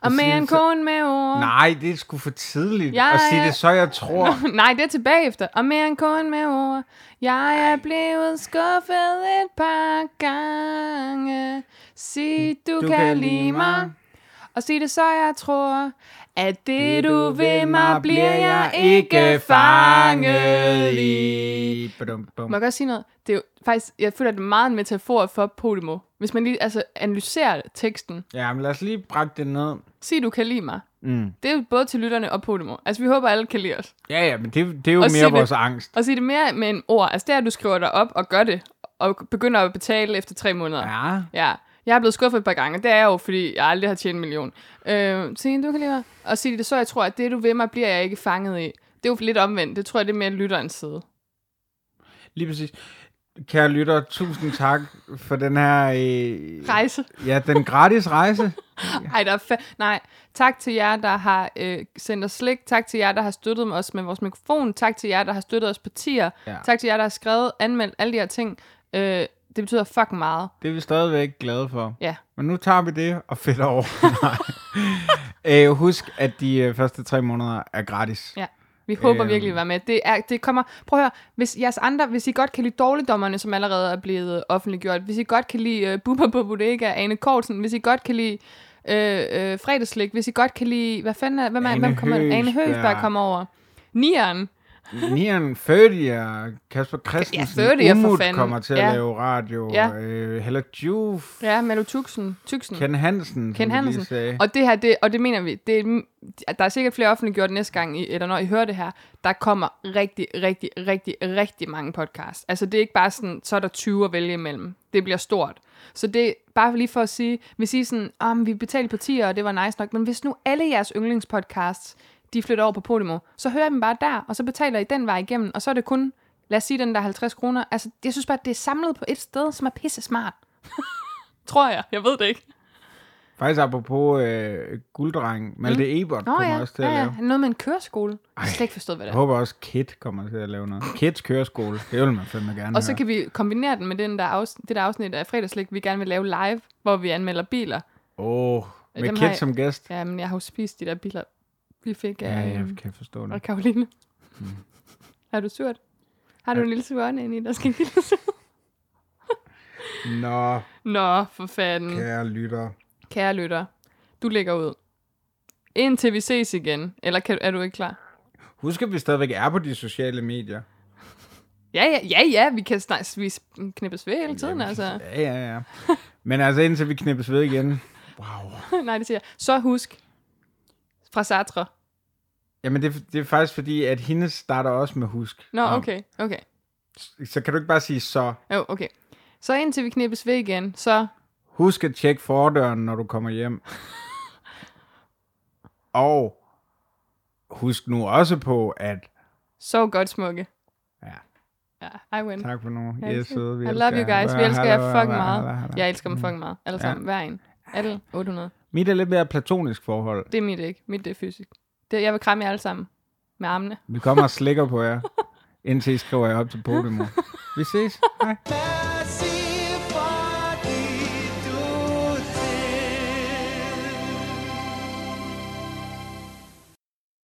[SPEAKER 1] Og mere end kun med ord
[SPEAKER 2] Nej, det er sgu for tidligt
[SPEAKER 1] Jeg
[SPEAKER 2] at sige
[SPEAKER 1] er-
[SPEAKER 2] det, så jeg tror.
[SPEAKER 1] Nej, det er tilbage efter. Og mere end kun med ord. Jeg er blevet skuffet et par gange. Sig, Mm, du, du kan, kan lide mig. Og sig det så, jeg tror. At det, du ved mig, bliver jeg ikke fanget i.
[SPEAKER 2] Badum, bum.
[SPEAKER 1] Må jeg godt sige noget? Det er jo faktisk, jeg føler, at det er meget en metafor for Podimo. Hvis man lige altså, analyserer teksten.
[SPEAKER 2] Ja, men lad os lige brække det ned.
[SPEAKER 1] Sig, du kan lide mig.
[SPEAKER 2] Mm.
[SPEAKER 1] Det er jo både til lytterne og Podimo. Altså, vi håber, alle kan lide os.
[SPEAKER 2] Ja, ja, men det, det er jo
[SPEAKER 1] Og sig
[SPEAKER 2] mere
[SPEAKER 1] det.
[SPEAKER 2] vores angst.
[SPEAKER 1] Og sige det mere med en ord. Altså, det er, at du skriver dig op og gør det. Og begynder at betale efter tre måneder.
[SPEAKER 2] Ja,
[SPEAKER 1] ja. Jeg er blevet skuffet et par gange. Det er jo, fordi jeg aldrig har tjent en million. Øh, sig, du kan lide mig. Og sig det så, jeg tror, at det, du ved mig, bliver jeg ikke fanget i. Det er jo lidt omvendt. Det tror jeg, det er mere lytterens side.
[SPEAKER 2] lige præcis. Kære lytter, tusind tak for den her... Øh,
[SPEAKER 1] Rejse.
[SPEAKER 2] Ja, den gratis rejse.
[SPEAKER 1] Ej, der er fa- Nej, tak til jer, der har øh, sendt os slik. Tak til jer, der har støttet os med vores mikrofon. Tak til jer, der har støttet os på tier.
[SPEAKER 2] Ja.
[SPEAKER 1] Tak til jer, der har skrevet, anmeldt alle de her ting. Øh, det betyder fucking meget.
[SPEAKER 2] Det er vi stadigvæk glade for.
[SPEAKER 1] Ja.
[SPEAKER 2] Men nu tager vi det og fælder over. Nej. øh, husk, at de øh, første tre måneder er gratis.
[SPEAKER 1] Ja. Vi håber
[SPEAKER 2] Øhm.
[SPEAKER 1] virkelig, at være med. Det, er, det kommer... Prøv at høre, hvis jeres andre, hvis I godt kan lide dårligdommerne, som allerede er blevet øh, offentliggjort, hvis I godt kan lide uh, Bubber på Bodega, Ane Kortsen, hvis I godt kan lide uh, uh, fredagslik, hvis I godt kan lide... Hvad fanden er... Hvem, er,
[SPEAKER 2] Ane
[SPEAKER 1] hvem kommer... Ane
[SPEAKER 2] Høgsberg.
[SPEAKER 1] Høgsberg kommer over. Nieren.
[SPEAKER 2] Nian Fødier, Kasper Christensen,
[SPEAKER 1] Ja, Fødier for
[SPEAKER 2] Umut
[SPEAKER 1] fanden.
[SPEAKER 2] kommer til at
[SPEAKER 1] Ja.
[SPEAKER 2] lave radio.
[SPEAKER 1] Ja.
[SPEAKER 2] Øh, Hella Juf,
[SPEAKER 1] Ja, Malu Tuxen. Tuxen.
[SPEAKER 2] Ken Hansen,
[SPEAKER 1] Ken
[SPEAKER 2] som vi
[SPEAKER 1] Hansen.
[SPEAKER 2] Lige sagde.
[SPEAKER 1] Og det her, det, og det mener vi, det er, der er sikkert flere offentliggjort næste gang, I, eller når I hører det her, der kommer rigtig, rigtig, rigtig, rigtig mange podcasts. Altså det er ikke bare sådan, så er der 20 at vælge imellem. Det bliver stort. Så det er bare lige for at sige, hvis I er sådan, ah, men vi betalte på 10 og det var nice nok, men hvis nu alle jeres yndlingspodcasts, de flytter over på Podimo, så hører I dem bare der, og så betaler I den vej igennem, og så er det kun, lad os sige den der 50 kroner. Altså, jeg synes bare, det er samlet på et sted, som er pisse smart. Tror jeg. Jeg ved det ikke.
[SPEAKER 2] Faktisk apropos øh, gulddreng, Malte mm. Ebert
[SPEAKER 1] Nå
[SPEAKER 2] kommer
[SPEAKER 1] ja,
[SPEAKER 2] også til
[SPEAKER 1] ja,
[SPEAKER 2] at
[SPEAKER 1] ja.
[SPEAKER 2] lave.
[SPEAKER 1] Han er Noget med en køreskole. Jeg har slet ikke forstået, hvad det
[SPEAKER 2] Jeg
[SPEAKER 1] er.
[SPEAKER 2] håber også, Kit kommer til at lave noget. Kits køreskole, det vil man fandme gerne
[SPEAKER 1] Og så
[SPEAKER 2] høre.
[SPEAKER 1] kan vi kombinere den med den der afs- det der afsnit af fredagslik, vi gerne vil lave live, hvor vi anmelder biler.
[SPEAKER 2] Åh, med
[SPEAKER 1] Dem
[SPEAKER 2] Kit
[SPEAKER 1] har jeg-
[SPEAKER 2] som gæst.
[SPEAKER 1] Ja, men jeg har jo spist de der biler, vi fik
[SPEAKER 2] Ja, Mm.
[SPEAKER 1] af ja,
[SPEAKER 2] jeg kan forstå det.
[SPEAKER 1] og Karoline. Er du surt? Har du en lille sur inde i, der skal gildes?
[SPEAKER 2] Nå,
[SPEAKER 1] Nå, for fanden.
[SPEAKER 2] kære lytter.
[SPEAKER 1] Kære lytter, du ligger ud. Indtil vi ses igen. Eller kan, er du ikke klar?
[SPEAKER 2] Husk, at vi stadigvæk er på de sociale medier.
[SPEAKER 1] Ja, ja, ja, ja vi kan snart vi knippes ved hele tiden, altså.
[SPEAKER 2] Ja, ja, ja. Men altså, indtil vi knippes ved igen. Wow.
[SPEAKER 1] Nej, det siger jeg. Så husk, fra Sartre.
[SPEAKER 2] Jamen, det, det er faktisk fordi, at hendes starter også med husk.
[SPEAKER 1] Nå,
[SPEAKER 2] Om-
[SPEAKER 1] okay, okay.
[SPEAKER 2] Så kan du ikke bare sige så.
[SPEAKER 1] Jo, okay. Så indtil vi knippes ved igen, så...
[SPEAKER 2] Husk at tjekke fordøren, når du kommer hjem. Og husk nu også på, at...
[SPEAKER 1] Sov godt, smukke.
[SPEAKER 2] Ja,
[SPEAKER 1] Ja, I win.
[SPEAKER 2] tak for nu.
[SPEAKER 1] Mm. Ja,
[SPEAKER 2] I er
[SPEAKER 1] det-
[SPEAKER 2] søde. Vi
[SPEAKER 1] I love you
[SPEAKER 2] elsker jer.
[SPEAKER 1] guys. Vi elsker jer
[SPEAKER 2] Hallo,
[SPEAKER 1] fucking
[SPEAKER 2] hallo,
[SPEAKER 1] meget.
[SPEAKER 2] hallo, hallo.
[SPEAKER 1] Jeg elsker dem fucking meget. Alle sammen. Hver en. Alle 800.
[SPEAKER 2] Mm. Mit er lidt mere platonisk forhold.
[SPEAKER 1] Det er mit ikke. Mit det er fysisk. Det, jeg vil kramme jer alle sammen. Med armene.
[SPEAKER 2] Vi kommer og slikker på jer, indtil I skriver jer op til Podimo. Vi ses. Hej.
[SPEAKER 6] Fancy